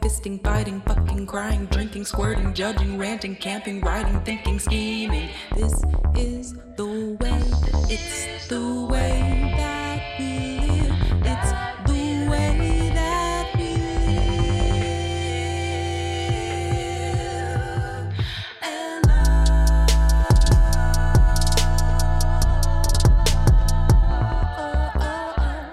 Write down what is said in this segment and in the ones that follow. fisting, biting, fucking, crying, drinking, squirting, judging, ranting, camping, riding, thinking, scheming. This is the way. It's the way that we live. It's the way that we live. And Oh, I.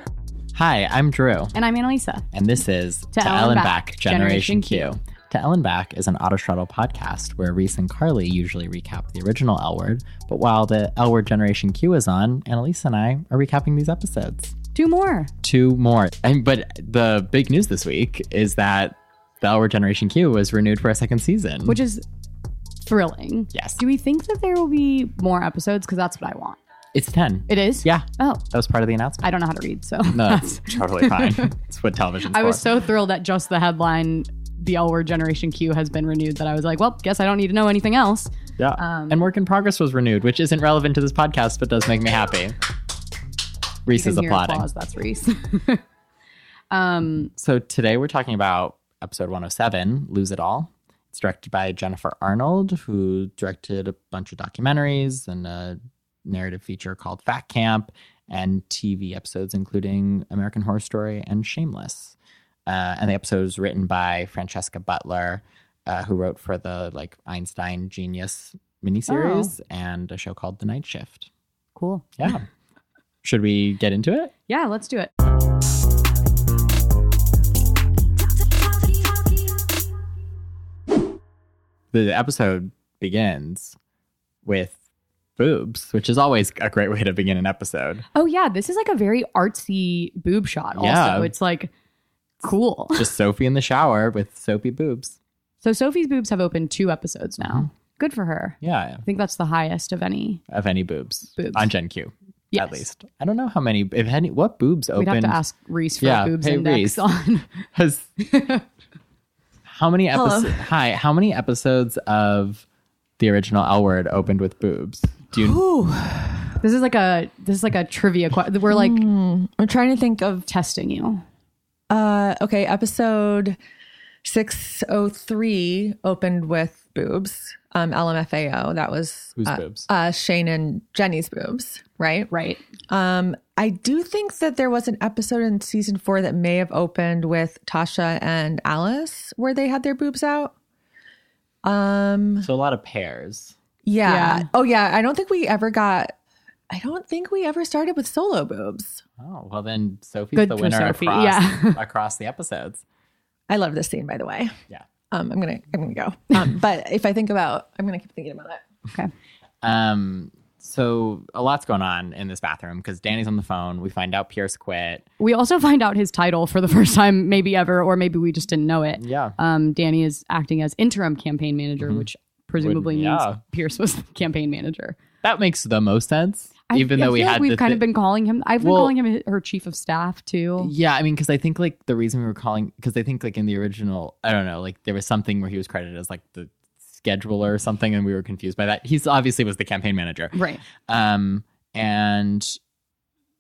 Hi, I'm Drew, And I'm Annalisa. and this is To Ellen Back, Generation, Generation Q. To Ellen Back is an Auto Shuttle podcast where Reese and Carly usually recap the original L Word, but while the L Word Generation Q is on, Annalisa and I are recapping these episodes. Two more. Two more. And, but the big news this week is that the L Word Generation Q was renewed for a second season. which is thrilling. Yes. Do we think that there will be more episodes? Because that's what I want. it's 10. It is? yeah, Oh, that was part of the announcement. I don't know how to read. So no, that's- that's totally fine. That's what television's I was for. so thrilled at just the headline, the L word Generation Q has been renewed, that I was like, well, guess I don't need to know anything else. Yeah. Um, and Work in Progress was renewed, which isn't relevant to this podcast, but does make me happy. You Reese can is hear applauding. applause, That's Reese. um, So today we're talking about episode 107, Lose It All. It's directed by Jennifer Arnold, who directed a bunch of documentaries and a narrative feature called Fat Camp and TV episodes, including American Horror Story and Shameless. Uh, and the episode was written by Francesca Butler, uh, who wrote for the like Einstein Genius miniseries and a show called The Night Shift. cool. Yeah. Should we get into it? Yeah, let's do it. The episode begins with boobs, which is always a great way to begin an episode. Oh yeah, this is like a very artsy boob shot. Also, Yeah. it's like cool. Just Sophie in the shower with soapy boobs. So Sophie's boobs have opened two episodes now. Mm-hmm. Good for her. Yeah, I think that's the highest of any. of any boobs, Boobs. on Gen Q, Yes. at least. I don't know how many, if any, what boobs We'd opened. have to ask Reese for Yeah, a boobs hey, index Reese. on. Has how many Hello. episodes? Hi, how many episodes of the original L Word opened with boobs? Do you? this is like a this is like a trivia question. We're like Hmm. I'm trying to think of testing you. uh okay, episode 603 opened with boobs. Um LMFAO, that was Whose uh, boobs? Uh Shane and Jenny's boobs, right? Right. Um I do think that there was an episode in season 4 that may have opened with Tasha and Alice where they had their boobs out. Um So a lot of pairs. yeah. Yeah. Oh yeah, I don't think we ever got I don't think we ever started with solo boobs. Oh well, then Sophie's Good the for winner Sophie, across yeah. across the episodes. I love this scene, by the way. Yeah. Um, I'm gonna I'm gonna go. Um, but if I think about, I'm gonna keep thinking about it. Okay. Um, so a lot's going on in this bathroom because Danny's on the phone. We find out Pierce quit. We also find out his title for the first time, maybe ever, or maybe we just didn't know it. Yeah. Mm-hmm. Um, Danny is acting as interim campaign manager, which presumably means yeah. Pierce was the campaign manager. That makes the most sense. I- even I though we feel like had we've the kind thi- of been calling him. I've Well- been calling him her chief of staff too. Yeah, I mean, because I think like the reason we were calling because I think like in the original, I don't know, like there was something where he was credited as like the scheduler or something, and we were confused by that. He's obviously was the campaign manager. Right. um and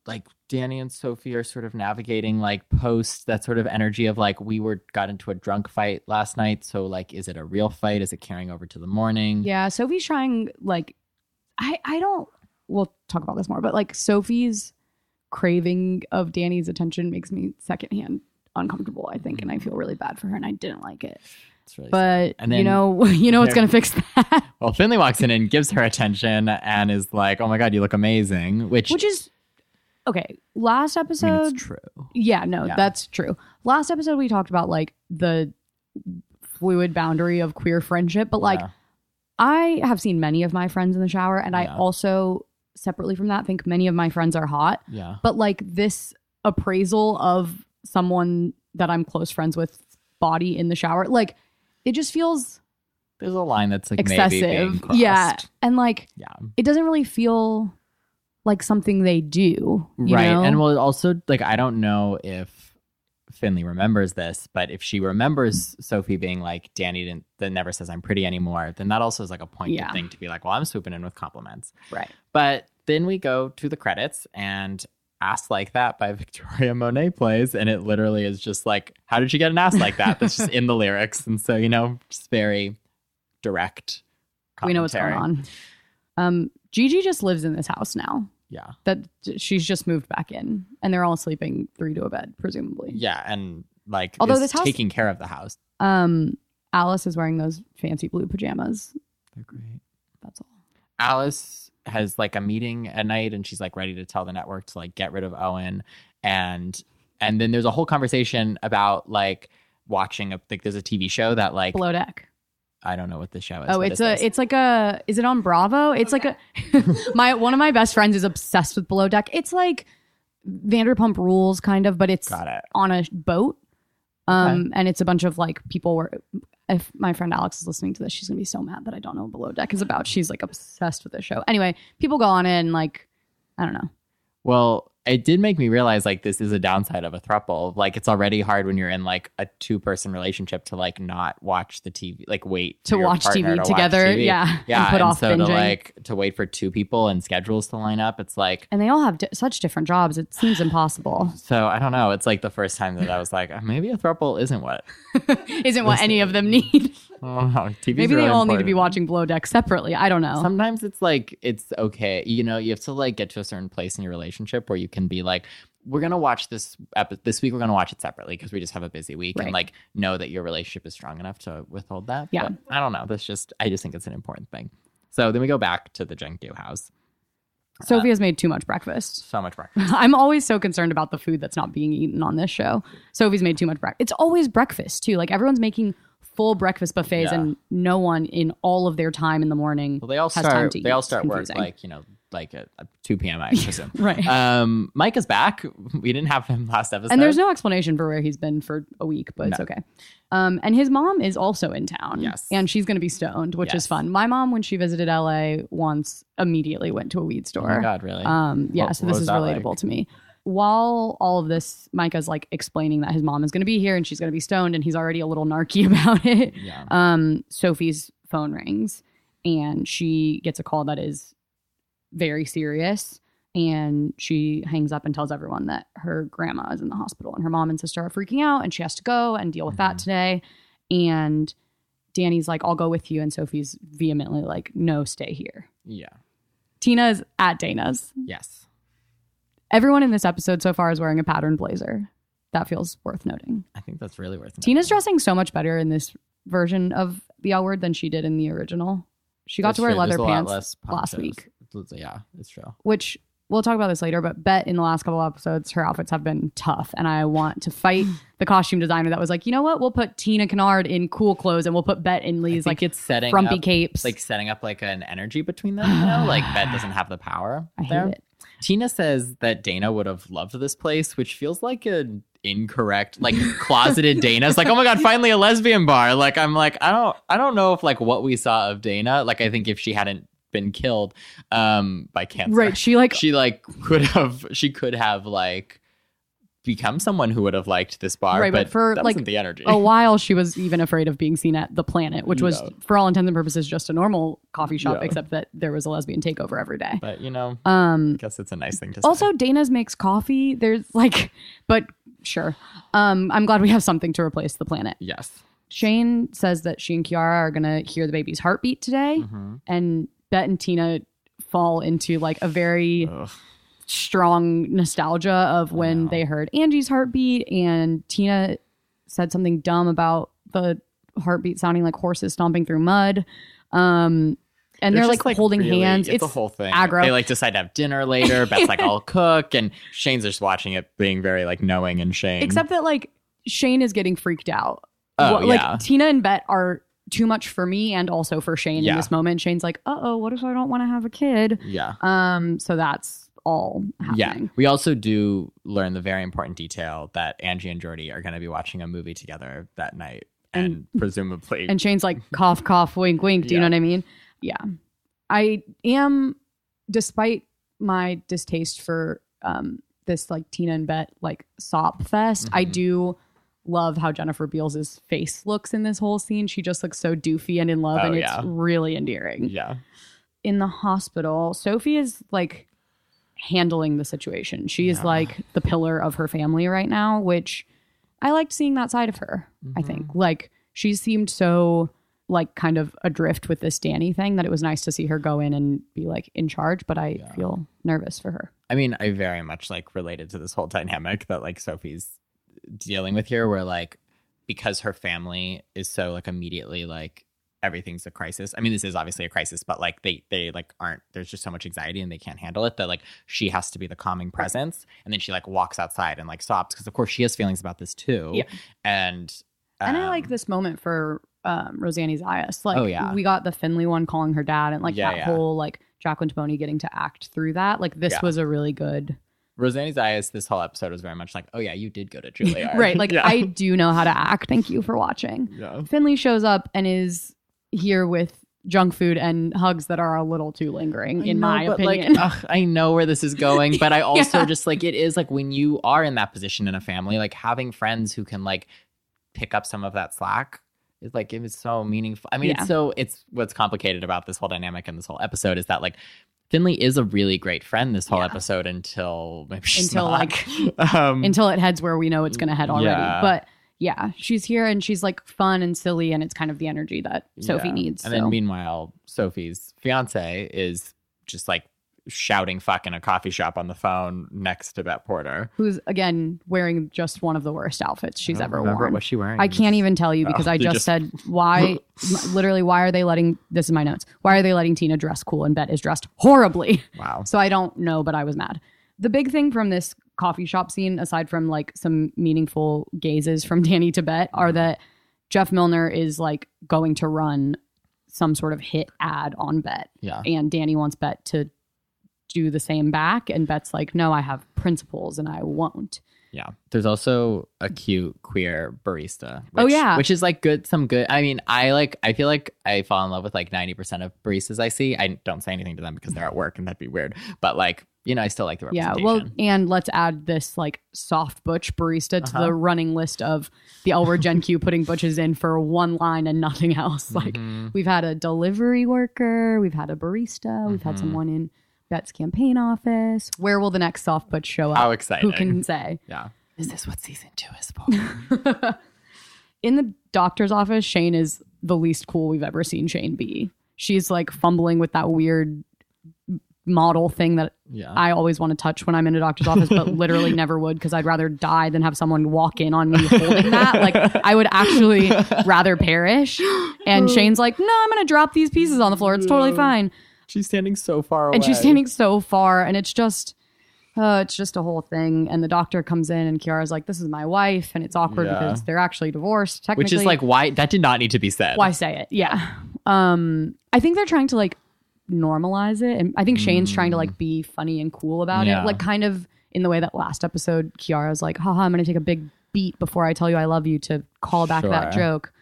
like danny and sophie are sort of navigating like post that sort of energy of like we were got into a drunk fight last night so like is it a real fight is it carrying over to the morning Yeah. Sophie's trying like I I don't we'll talk about this more, but like Sophie's craving of Danny's attention makes me secondhand uncomfortable, I think, and I feel really bad for her and I didn't like it. it's really sad. But And you then- know you know what's There- gonna fix that. well finley walks in and gives her attention and is like oh my god you look amazing which Which is okay. Last I episode mean, it's true Yeah, no, Yeah. that's true. Last episode we talked about like the fluid boundary of queer friendship, but like Yeah. I have seen many of my friends in the shower and Yeah. I also separately from that think many of my friends are hot, yeah but like this appraisal of someone that I'm close friends with body in the shower, like it just feels there's a line that's like maybe being excessive. Yeah. crossed. And like yeah it doesn't really feel like something they do. you right know? and well also like i don't know if finley remembers this but if she remembers sophie being like danny didn't that never says i'm pretty anymore then that also is like a pointed Yeah. thing to be like well i'm swooping in with compliments right. but then we go to the credits and Ass Like That by Victoria Monet plays. And it literally is just like, how did you get an ass like that? That's just in the lyrics. And so, you know, just very direct. we know what's going commentary. on. Um, Gigi just lives in this house now. Yeah. That she's just moved back in, and they're all sleeping three to a bed, presumably. Yeah. And like, Although is this house- taking care of the house. Um, Alice is wearing those fancy blue pajamas. They're great. That's all. Alice has like a meeting at night and she's like ready to tell the network to like get rid of Owen and and then there's a whole conversation about like watching a like there's a TV show that like Below deck. I don't know what the show is. Oh, What it's is a. this? It's like a. Is it on Bravo? It's like a. my one of my best friends is obsessed with Below Deck. It's like Vanderpump Rules, kind of, but it's got it. on a boat. Um, and it's a bunch of like people were. If my friend Alex is listening to this, she's gonna be so mad that I don't know what Below Deck is about. She's like obsessed with this show. Anyway, people go on it and like, I don't know. Well, it did make me realize like this is a downside of a thruple. Like it's already hard when you're in like a two person relationship to like not watch the TV, like wait for To your watch partner TV to watch together, TV. yeah, yeah. and put off so to binging. like to wait for two people and schedules to line up, it's like And they all have di- such different jobs. It seems impossible. So I don't know. It's like the first time that I was like, "Oh, maybe a throuple isn't what. Oh, Isn't what any of them need. I don't know. TV's Maybe they really all need to be important. watching Below Deck separately. I don't know. Sometimes it's like it's okay. You know, you have to like get to a certain place in your relationship where you can be like, "We're gonna watch this epi- this week. We're gonna watch it separately because we just have a busy week," Right. and like know that your relationship is strong enough to withhold that. Yeah. But I don't know. That's just I just think it's an important thing. So then we go back to the Jengdu house. uh, Sophia's made too much breakfast. So much breakfast. I'm always so concerned about the food that's not being eaten on this show. Sophie's made too much breakfast. It's always breakfast too. Like everyone's making full breakfast buffets, Yeah. and no one in all of their time in the morning. Well, they all has time start. to They eat. all It's start work confusing. like you know, like at at two p.m. I presume. right. Um, Mike is back. We didn't have him last episode. and there's no explanation for where he's been for a week, but it's No. okay. Um, and his mom is also in town. Yes. And she's going to be stoned, which is Yes. fun. My mom, when she visited LA once, immediately went to a weed Oh store. my god, really? Um, yeah, What- so what this was is that relatable like? to me. While all of this, Micah's like explaining that his mom is going to be here and she's going to be stoned, and he's already a little narky about it. yeah. Um, Sophie's phone rings and she gets a call that is very serious. And she hangs up and tells everyone that her grandma is in the hospital and her mom and sister are freaking out and she has to go and deal with that Mhm. today. And Danny's like, I'll go with you. And Sophie's vehemently like, no, stay here. Yeah. Tina's at Dana's. Yes. Everyone in this episode so far is wearing a pattern blazer. That feels worth noting. I think that's really worth. Tina's noting. dressing so much better in this version of the L word than she did in the original. She got That's to wear true. leather There's a lot pants, less last ponchos. week. It's- Yeah, it's true. which we'll talk about this later, but Bet in the last couple episodes, her outfits have been tough. And I want to fight the costume designer that was like, you know what? We'll put Tina Kennard in cool clothes and we'll put Bet in I Lee's think like it's setting frumpy up, capes. like setting up like an energy between them. You know, like Bet doesn't have the power. I hate there. it. Tina says that Dana would have loved this place, which feels like an incorrect, like closeted Dana's like, oh my god, finally a lesbian bar. Like I'm like, I don't I don't know if like what we saw of Dana, like I think if she hadn't been killed um by cancer. Right. She like She like could have she could have like become someone who would have liked this bar, Right, but but, for, that like, wasn't the energy. a while she was even afraid of being seen at the planet, which was No. for all intents and purposes just a normal coffee shop, Yeah. except that there was a lesbian takeover every day. But you know, Um I guess it's a nice thing to say. also Dana's makes coffee. There's like but sure. Um I'm glad we have something to replace the planet. yes. Shane says that she and Kiara are gonna hear the baby's heartbeat today Mhm. and Bet and Tina fall into like a very Ugh. strong nostalgia of when know. they heard Angie's heartbeat and Tina said something dumb about the heartbeat sounding like horses stomping through mud. Um and they're, just, like, holding really- hands. It's, a whole thing. aggro. They like decide to have dinner later. Beth's like, I'll cook, and Shane's just watching it, being very like knowing and shame. except that like Shane is getting freaked out. Oh, What- like yeah. Tina and Bet are too much for me and also for Shane in Yeah. this moment. Shane's like, uh oh, what if I don't want to have a kid? yeah, Um, so that's all happening. yeah. We also do learn the very important detail that Angie and Jordy are going to be watching a movie together that night, and, presumably, And Shane's like, cough, cough, wink, wink. Do you Yeah. know what I mean? Yeah. I am, despite my distaste for um, this like Tina and Bet like sop fest, I Mhm. do love how Jennifer Beals' face looks in this whole scene. She just looks so doofy and in love, Oh, and yeah. it's really endearing. yeah, In the hospital, Sophie is like handling the situation. She is Yeah. like the pillar of her family right now, which I liked seeing that side of her, I think. Mm-hmm. Like she seemed so like kind of adrift with this Danny thing that it was nice to see her go in and be like in charge, but I Yeah. feel nervous for her. I mean, I very much like related to this whole dynamic that like Sophie's dealing with here, where like because her family is so like immediately like everything's a crisis. I mean, this is obviously a crisis, but like they they like aren't. There's just so much anxiety and they can't handle it that like she has to be the calming presence, and then she like walks outside and like sobs because of course she has feelings about this too. Yeah. and and I um, like this moment for um, Rosanne Zayas. Like, Oh, yeah. we got the Finley one calling her dad, and like Yeah, that yeah. whole like Jacqueline Taboni getting to act through that. Like, this Yeah. was a really good Rosanne Zayas. This whole episode was very much like, oh yeah, you did go to Juilliard, right. Like, yeah. I do know how to act. Thank you for watching. yeah. Finley shows up and is here with junk food and hugs that are a little too lingering, I in know, my but, opinion. Like, ugh, I know where this is going, but I also Yeah. just like it is like when you are in that position in a family, like having friends who can like pick up some of that slack is like it was so meaningful. I mean, Yeah. it's so it's what's complicated about this whole dynamic and this whole episode is that like Finley is a really great friend this whole Yeah. episode until maybe she's Until, not. um, until it heads where we know it's going to head already. Yeah. But yeah, she's here and she's like fun and silly, and it's kind of the energy that Sophie Yeah. needs. And so. then meanwhile, Sophie's fiance is just like shouting fuck in a coffee shop on the phone next to Bet Porter. who's again wearing just one of the worst outfits she's I don't ever remember worn. What's Oh, she wearing? I can't even tell you Oh, because I you just, just- said why. m- literally, why are they letting? This is my notes. Why are they letting Tina dress cool and Bet is dressed horribly? Wow. So I don't know, but I was mad. The big thing from this coffee shop scene, aside from like some meaningful gazes from Danny to Bet, are Mm-hmm. that Jeff Milner is like going to run some sort of hit ad on Bet Yeah. and Danny wants Bet to do the same back, and Bet's like, "No, I have principles, and I won't." Yeah. There's also a cute queer barista. Which, Oh, yeah. Which is like good, some good. I mean, I like, I feel like I fall in love with like 90% of baristas I see. I don't say anything to them because they're at work and that'd be weird. But like, you know, I still like the Yeah, representation. well, and let's add this like soft butch barista to Uh-huh. the running list of the L word Gen Q putting butches in for one line and nothing else. Like Mhm. we've had a delivery worker, we've had a barista, we've had Mhm. someone in Bet's campaign office. Where will the next soft butch show up? how exciting. Who can say? yeah. Is this what season two is for? in the doctor's office, Shane is the least cool we've ever seen Shane be. She's like fumbling with that weird model thing that yeah. I always want to touch when I'm in a doctor's office, but literally never would because I'd rather die than have someone walk in on me holding that. Like, I would actually rather perish. And Hmm. Shane's like, no, I'm going to drop these pieces on the floor. It's totally fine. she's standing so far away. And she's standing so far, and it's just. Uh, it's just a whole thing, and the doctor comes in, and Kiara's like, "This is my wife," and it's awkward Yeah. because they're actually divorced. Technically, Which is like, why? That did not need to be said. why say it yeah um i think they're trying to like normalize it and i think shane's trying to like be funny and cool about Yeah. it like kind of in the way that last episode kiara's like haha i'm gonna take a big beat before i tell you i love you to call back that Sure. joke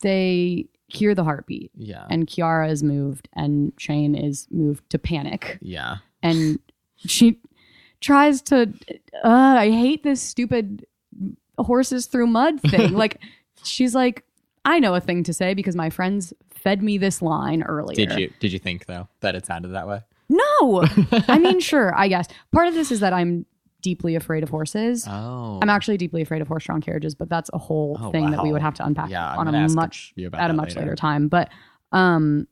they hear the heartbeat Yeah. and kiara is moved and shane is moved to panic yeah. and she tries to uh, i hate this stupid horses through mud thing like she's like i know a thing to say because my friends fed me this line earlier Did you did you think though that it sounded that way? no i mean sure i guess part of this is that i'm deeply afraid of horses Oh, i'm actually deeply afraid of horse-drawn carriages but that's a whole Oh, thing that we wow. would have to unpack Yeah, I'm on gonna a ask much you about at a that much later. later time but um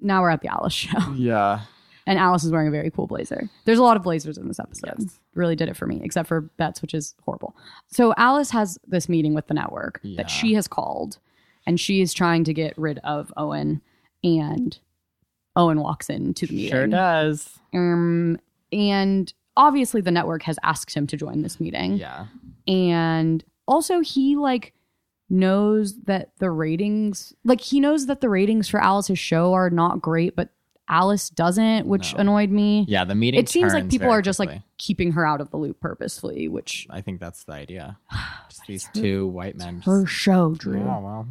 now we're at the alice show yeah. and Alice is wearing a very cool blazer. There's a lot of blazers in this episode. Really did it for me, except for Bets, which is horrible. So Alice has this meeting with the network Yeah. that she has called, and she is trying to get rid of Owen. And Owen walks into the meeting. Sure does. Um, and obviously the network has asked him to join this meeting, Yeah. and also he like knows that the ratings, like he knows that the ratings for Alice's show are not great, but Alice doesn't, which No. annoyed me Yeah. The meeting. it seems like turns people very are just like quickly. keeping her out of the loop purposefully, which I think that's the idea. Just these two white men. Just, her show, Drew. yeah. Well,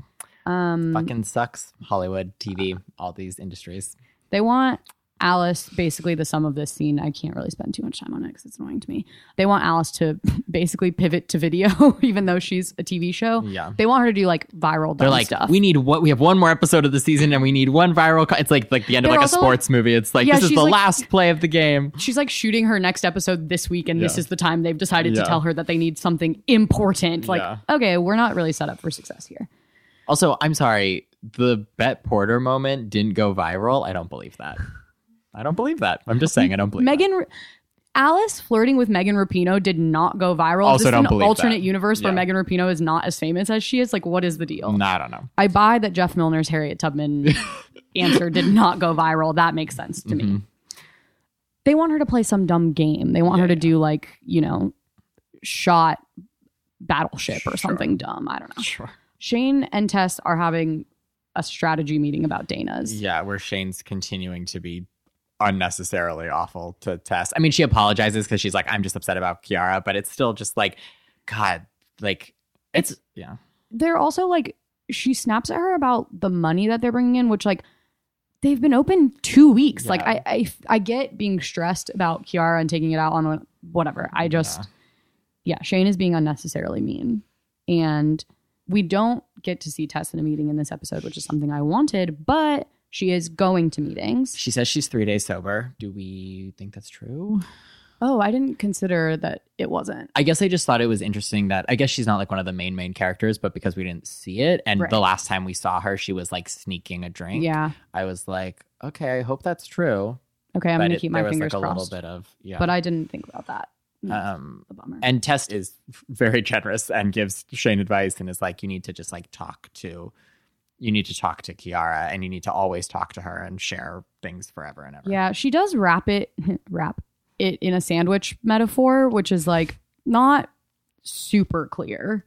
Um, fucking sucks. Hollywood, TV, all these industries. they want Alice, basically the sum of this scene, I can't really spend too much time on it because it's annoying to me. They want Alice to basically pivot to video, even though she's a TV show. Yeah. They want her to do like viral They're dumb like, stuff. we need what we have one more episode of the season, and we need one viral. Co-. It's like like the end of They're like a also like- sports movie. It's like Yeah, this is she's the like- last play of the game. she's like shooting her next episode this week and this Yeah. is the time they've decided Yeah. to tell her that they need something important like Yeah. okay we're not really set up for success here Also, I'm sorry, the Bet Porter moment didn't go viral. I don't believe that. I don't believe that. I'm just saying I don't believe. that. megan alice flirting with megan rapino did not go viral Also is this don't an believe alternate that. universe where Yeah. Mm. megan rapino is not as famous as she is like what is the deal No, I don't know. i buy that jeff milner's harriet tubman answer did not go viral that makes sense to Mm-hmm. me they want her to play some dumb game they want her to do like you know shot battleship or something dumb i don't know Sure. Shane and Tess are having a strategy meeting about Dana's. Yeah, where Shane's continuing to be unnecessarily awful to Tess. I mean, she apologizes because she's like, I'm just upset about Kiara, but it's still just like, God, like it's, yeah, They're also like, she snaps at her about the money that they're bringing in, which, like, they've been open two weeks. Like, Yeah. I, I, I get being stressed about Kiara and taking it out on one- whatever. I just, yeah. Shane is being unnecessarily mean. And we don't get to see Tess in a meeting in this episode, which is something I wanted, but she is going to meetings. She says she's three days sober. Do we think that's true? Oh, I didn't consider that it wasn't. I guess I just thought it was interesting that I guess she's not like one of the main main characters, but because we didn't see it, and Right. the last time we saw her, she was like sneaking a drink. Yeah. I was like, okay, I hope that's true. Okay. I'm going to it- keep my there was, fingers like a crossed. little bit of yeah. but I didn't think about that. That's um, a bummer. and Tess is very generous and gives Shane advice and is like, you need to just like talk to, you need to talk to Kiara and you need to always talk to her and share things forever and ever. yeah, she does wrap it wrap it in a sandwich metaphor, which is like not super clear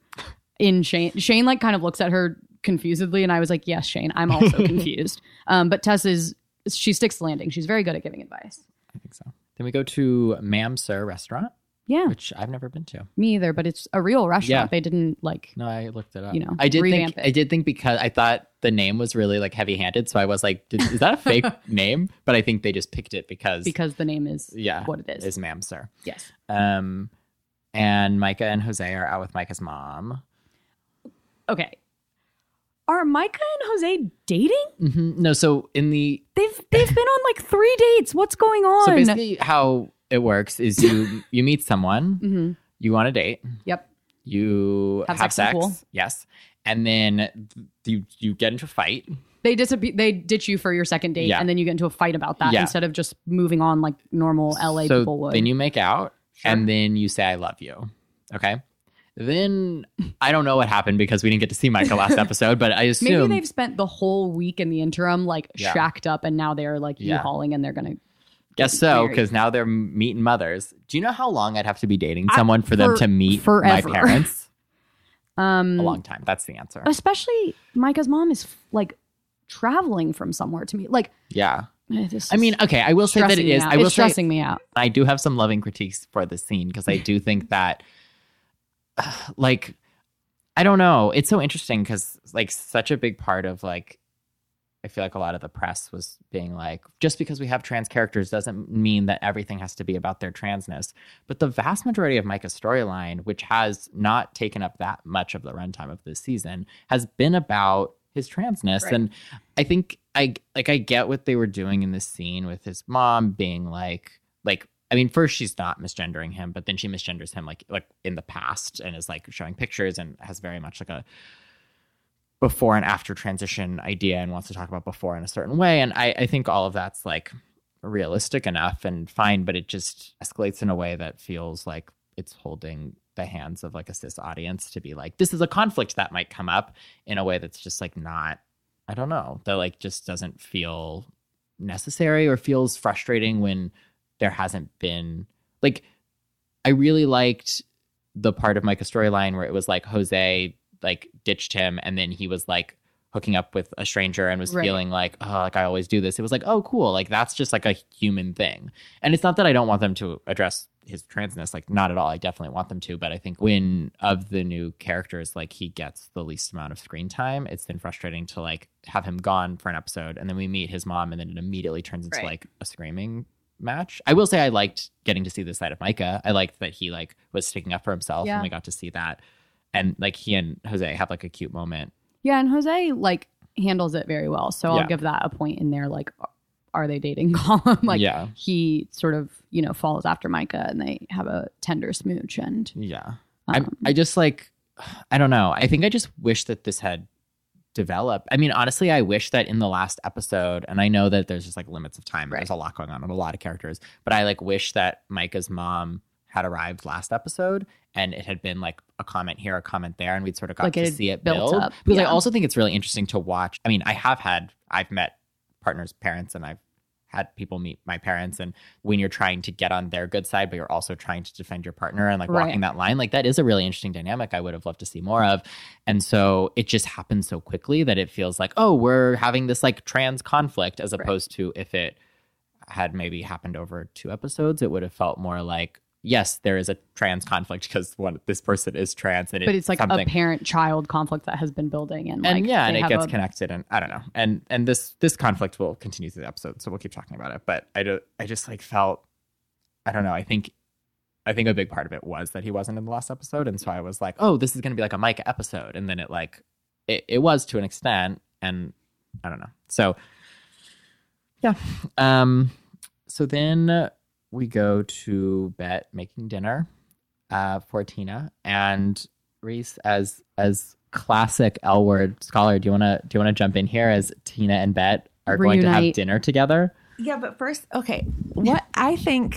in Shane. Shane like kind of looks at her confusedly, and I was like, Yes, Shane, I'm also confused. Um, but Tess is she sticks the landing. She's very good at giving advice. I think so. Then we go to Ma'am Sir restaurant, Yeah, which I've never been to. me either, but it's a real restaurant. Yeah. They didn't like No, I looked it up. You know, I did think revamp it. I did think because I thought the name was really like heavy-handed, so I was like, did, is that a fake name? But I think they just picked it because, because the name is yeah, what it is. is Ma'am Sir. yes. Um, and Micah and Jose are out with Micah's mom. Okay. Are Micah and Jose dating? Mm-hmm. hmm No, so in the They've they've been on like three dates. What's going on? so basically how it works is you you meet someone, hmm you want a date, Yep. you have, Have sex, sex in the pool. yes, and then th- you you get into a fight. They disappear. They ditch you for your second date, Yeah. and then you get into a fight about that Yeah. instead of just moving on like normal LA so people would. Then you make out Sure. and then you say I love you. Okay. Then I don't know what happened because we didn't get to see Michael last episode, but I Maybe assume they've spent the whole week in the interim like Yeah. shacked up, and now they're like Yeah. U-hauling, and they're gonna guess so married. because now they're meeting mothers. Do you know how long I'd have to be dating I- someone for, them for- to meet forever. my parents? um. A long time. That's the answer. Especially Micah's mom is like traveling from somewhere to me. Like Yeah. eh, this. I mean, is okay. I will say that stressing it me is. out. I will it's say stressing me out. I do have some loving critiques for this scene because I do think that, like, I don't know. It's so interesting because, like, such a big part of, like, I feel like a lot of the press was being like, just because we have trans characters doesn't mean that everything has to be about their transness. But the vast majority of Micah's storyline, which has not taken up that much of the runtime of this season, has been about his transness. Right. And I think I like I get what they were doing in this scene with his mom being like like I mean, first she's not misgendering him, but then she misgenders him like like in the past and is like showing pictures and has very much like a before and after transition idea and wants to talk about before in a certain way. And I, I think all of that's like realistic enough and fine, but it just escalates in a way that feels like it's holding the hands of like a cis audience to be like, this is a conflict that might come up in a way that's just like not, I don't know, that like just doesn't feel necessary or feels frustrating when there hasn't been like I really liked the part of Micah's storyline where it was like Jose like ditched him and then he was like hooking up with a stranger and was Right. feeling like, oh, like I always do this. It was like, oh, cool. Like that's just like a human thing. And it's not that I don't want them to address his transness, like not at all. I definitely want them to. But I think when of the new characters, like he gets the least amount of screen time, it's been frustrating to like have him gone for an episode and then we meet his mom and then it immediately turns into Right. like a screaming match. I will say I liked getting to see this side of Micah. I liked that he like was sticking up for himself Yeah. and we got to see that. And like he and Jose have like a cute moment. Yeah, and Jose like handles it very well. So I'll Yeah. give that a point in there. Like, are they dating column? like, yeah. he sort of you know follows after Micah, and they have a tender smooch. And Yeah. um, I, I just like, I don't know. I think I just wish that this had developed. I mean, honestly, I wish that in the last episode, and I know that there's just like limits of time. Right. There's a lot going on with a lot of characters, but I like wish that Micah's mom had arrived last episode and it had been like a comment here, a comment there, and we'd sort of got Like, it to had see it built build. up. Because I Yeah. also think it's really interesting to watch. I mean, I have had, I've met partners' parents and I've had people meet my parents and when you're trying to get on their good side, but you're also trying to defend your partner and like Right. walking that line. Like that is a really interesting dynamic I would have loved to see more of. And so it just happens so quickly that it feels like, oh, we're having this like trans conflict as Right. opposed to if it had maybe happened over two episodes, it would have felt more like, yes, there is a trans conflict because one this person is trans and but it's like something a parent child conflict that has been building, and like and yeah, and they it have gets a- connected, and I don't know, and and this this conflict will continue through the episode, so we'll keep talking about it. But I do, I just like felt, I don't know, I think, I think a big part of it was that he wasn't in the last episode, and so I was like, oh, this is gonna be like a Micah episode, and then it like, it, it was to an extent, and I don't know, so yeah, um, so then we go to Bet making dinner, uh, for Tina and Reese as as classic L word scholar. Do you wanna do you wanna jump in here as Tina and Bet are going to have Reunite. dinner together? Yeah, but first, okay. What I think,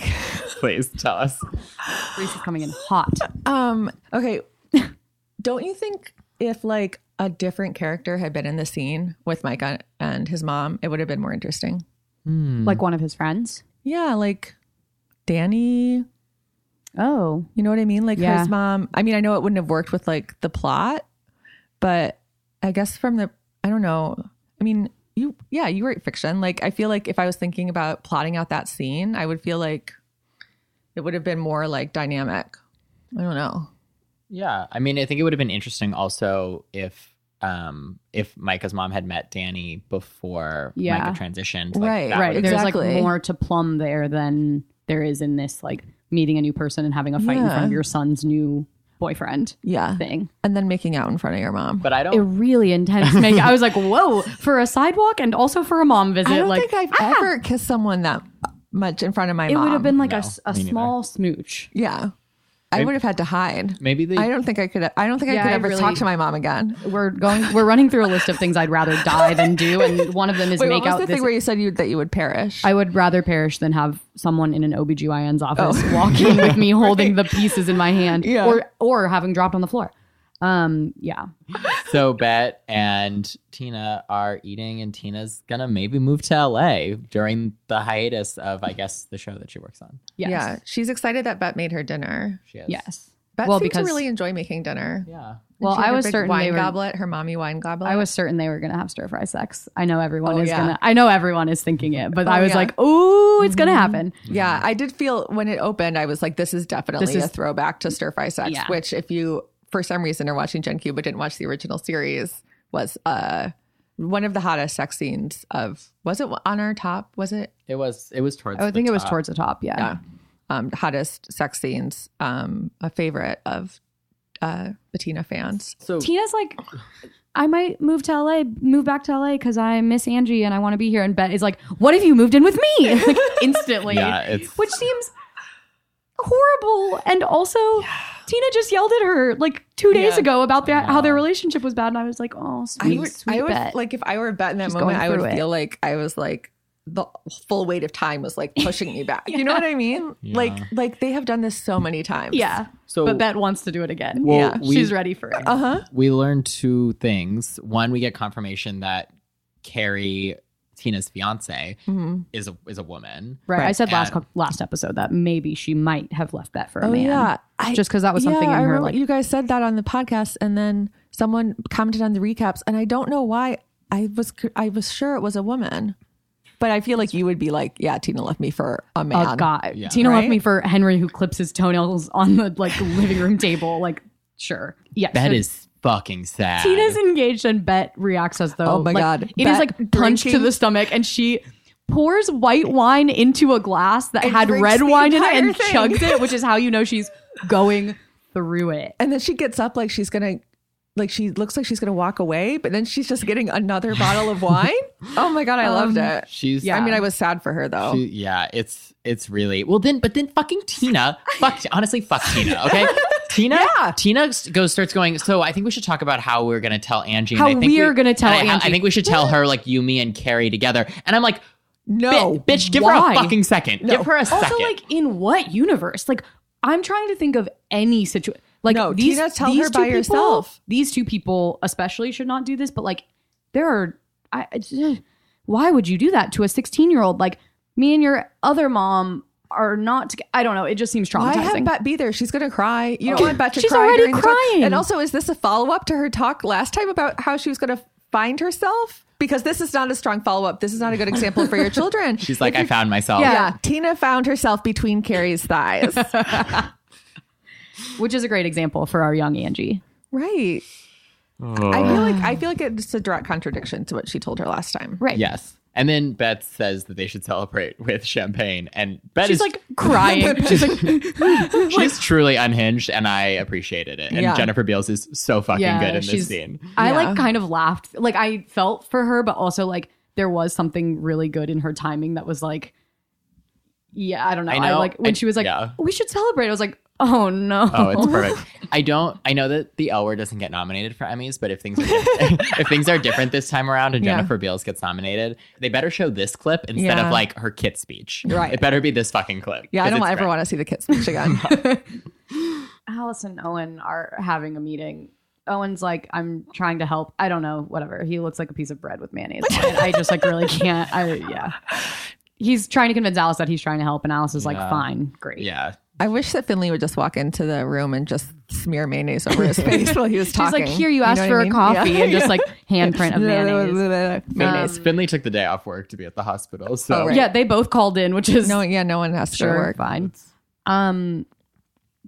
Please tell us. Reese is coming in hot. um, okay, don't you think if like a different character had been in the scene with Mike and his mom, it would have been more interesting? Hmm. like one of his friends. Yeah, like Danny, Oh, you know what I mean? Like Yeah. his mom, I mean, I know it wouldn't have worked with like the plot, but I guess from the, I don't know. I mean, you, yeah, you write fiction. Like I feel like if I was thinking about plotting out that scene, I would feel like it would have been more like dynamic. I don't know. Yeah. I mean, I think it would have been interesting also if um if Micah's mom had met Danny before Yeah. Micah transitioned. Right, that right. would- There's Exactly. like more to plumb there than there is in this like meeting a new person and having a fight in front of Yeah. your son's new boyfriend Yeah. thing. And then making out in front of your mom. But I a don't really intense make. I was like, whoa, for a sidewalk and also for a mom visit. I don't like ah, think I've ever kissed someone that much in front of my it mom. would have been like No, a, s- a me neither. small smooch. yeah. I would have had to hide. maybe they I don't think I could. I don't think Yeah, I could I ever really- talk to my mom again. We're going. We're running through a list of things I'd rather die than do, and one of them is Wait, make what was out. the This, thing where you said you, that you would perish? I would rather perish than have someone in an OBGYN's office walking with me holding the pieces in my hand, Yeah. or or having dropped on the floor. Um, yeah, so Bet and Tina are eating and Tina's gonna maybe move to LA during the hiatus of I guess the show that she works on. yes, Yeah, she's excited that Bet made her dinner. She is. yes. Bet Well, seemed because- to really enjoy making dinner. Yeah. Well, She had I her was big certain wine they were. goblet, her mommy wine goblet. I was certain they were gonna have stir fry sex. I know everyone Oh, is yeah. gonna. I know everyone is thinking it, but I was yeah. like, "Ooh, it's gonna happen." yeah, I did feel when it opened, I was like, this is definitely This a is- throwback to stir fry sex. Yeah. Which, if you for some reason are watching Gen Q but didn't watch the original series, was uh one of the hottest sex scenes of was it on our top? Was it It was it was towards I the think it was top. towards the top. Yeah. Yeah. um, hottest sex scenes? Um, a favorite of uh Bettina fans. so Tina's like, I might move to LA, move back to LA because I miss Angie and I want to be here. And Bet is like, what if you moved in with me? Like, instantly. Yeah, it's- Which seems horrible. And also, Tina just yelled at her like two days Yeah. ago about that, how their relationship was bad. And I was like, oh, sweet, I would, sweet I would Bet. like if I were a bet in that She's moment, going I would through it. feel like I was like the full weight of time was like pushing me back. You know what I mean? Like, like they have done this so many times. yeah. So- but Bet wants to do it again. Well, Yeah. we- She's ready for it. Uh huh. we learned two things. One, we get confirmation that Carrie, Tina's fiance, Mm-hmm. is a is a woman. right. I right. said last And- co- last episode that maybe she might have left Bet for a man. Oh, yeah. I, Just because that was something yeah, in I her remember like you guys said that on the podcast, and then someone commented on the recaps, and I don't know why. I was I was sure it was a woman, but I feel like you would be like, yeah, Tina left me for a man. Oh God, Yeah. Tina left Right? me for Henry who clips his toenails on the like living room table. Like, sure, yes, That so is fucking sad. Tina's engaged and Bet reacts as though. Oh my like, God. it is Bet like punch to drinking- the stomach, and she pours white wine into a glass that And had drinks red the wine in it entire and thing. chugs it, which is how you know she's going through it. And then she gets up like she's gonna, like she looks like she's gonna walk away, but then she's just getting another bottle of wine. Oh my god, I loved it. She's I mean, I was sad for her Oh. though. She- yeah, it's it's really well. Then, but then, fucking Tina. Fuck, honestly, fuck Tina. Okay, Tina. Yeah. Tina s- goes starts going. So I think we should talk about how we're gonna tell Angie. and How I think we're gonna tell and I, Angie." I think we should tell her like you, me, and Carrie together. And I'm like, no, "Bi- bitch, give her why? a fucking second. Give her a also, second. like in what universe? Like, I'm trying to think of any situation. Like, No, these, Tina, tell these her two by people- yourself. These two people, especially, should not do this. But like, there are. I, I- why would you do that to a 16 year old? Like, me and your other mom are not. toge- I don't know. It just seems Why traumatizing. have Bet be there? She's gonna cry. You don't want Bet to She's cry. already during the talk. crying. And also, is this a follow up to her talk last time about how she was gonna find herself? Because this is not a strong follow up. This is not a good example for your children. She's like, I found myself. yeah. Tina found herself between Carrie's thighs. Which is a great example for our young Angie. right. I feel like I feel like it's a direct contradiction to what she told her last time. Right. Yes. And then Beth says that they should celebrate with champagne. And Beth She's is like crying. She's like, she's truly unhinged, and I appreciated it. And Yeah. Jennifer Beals is so fucking Yeah, good in this she's- scene. I Yeah. like kind of laughed. Like I felt for her, but also like there was something really good in her timing that was like, yeah, I don't know. I, I know. like when I- she was like, yeah. we should celebrate. I was like, oh no. Oh, it's perfect. I don't. I know that the L word doesn't get nominated for Emmys, but if things are different, if things are different this time around and Yeah. Jennifer Beals gets nominated, they better show this clip instead Yeah. of like her kid speech. Right. It better be this fucking clip. Yeah, I 'cause don't it's ever great. want to see the kids speech again. Alice and Owen are having a meeting. Owen's like, I'm trying to help. I don't know, whatever. He looks like a piece of bread with mayonnaise. on it. I just like really can't. I yeah. He's trying to convince Alice that he's trying to help, and Alice is like, Yeah. fine, great. Yeah. I wish that Finley would just walk into the room and just smear mayonnaise over his face while he was She's talking. like, here, you asked know for what I a mean? coffee, Yeah. and just like handprint of mayonnaise. mayonnaise. Finley took the day off work to be at the hospital, so Oh, right. Yeah, they both called in, which is no, yeah, no one has to sure work. fine. Um,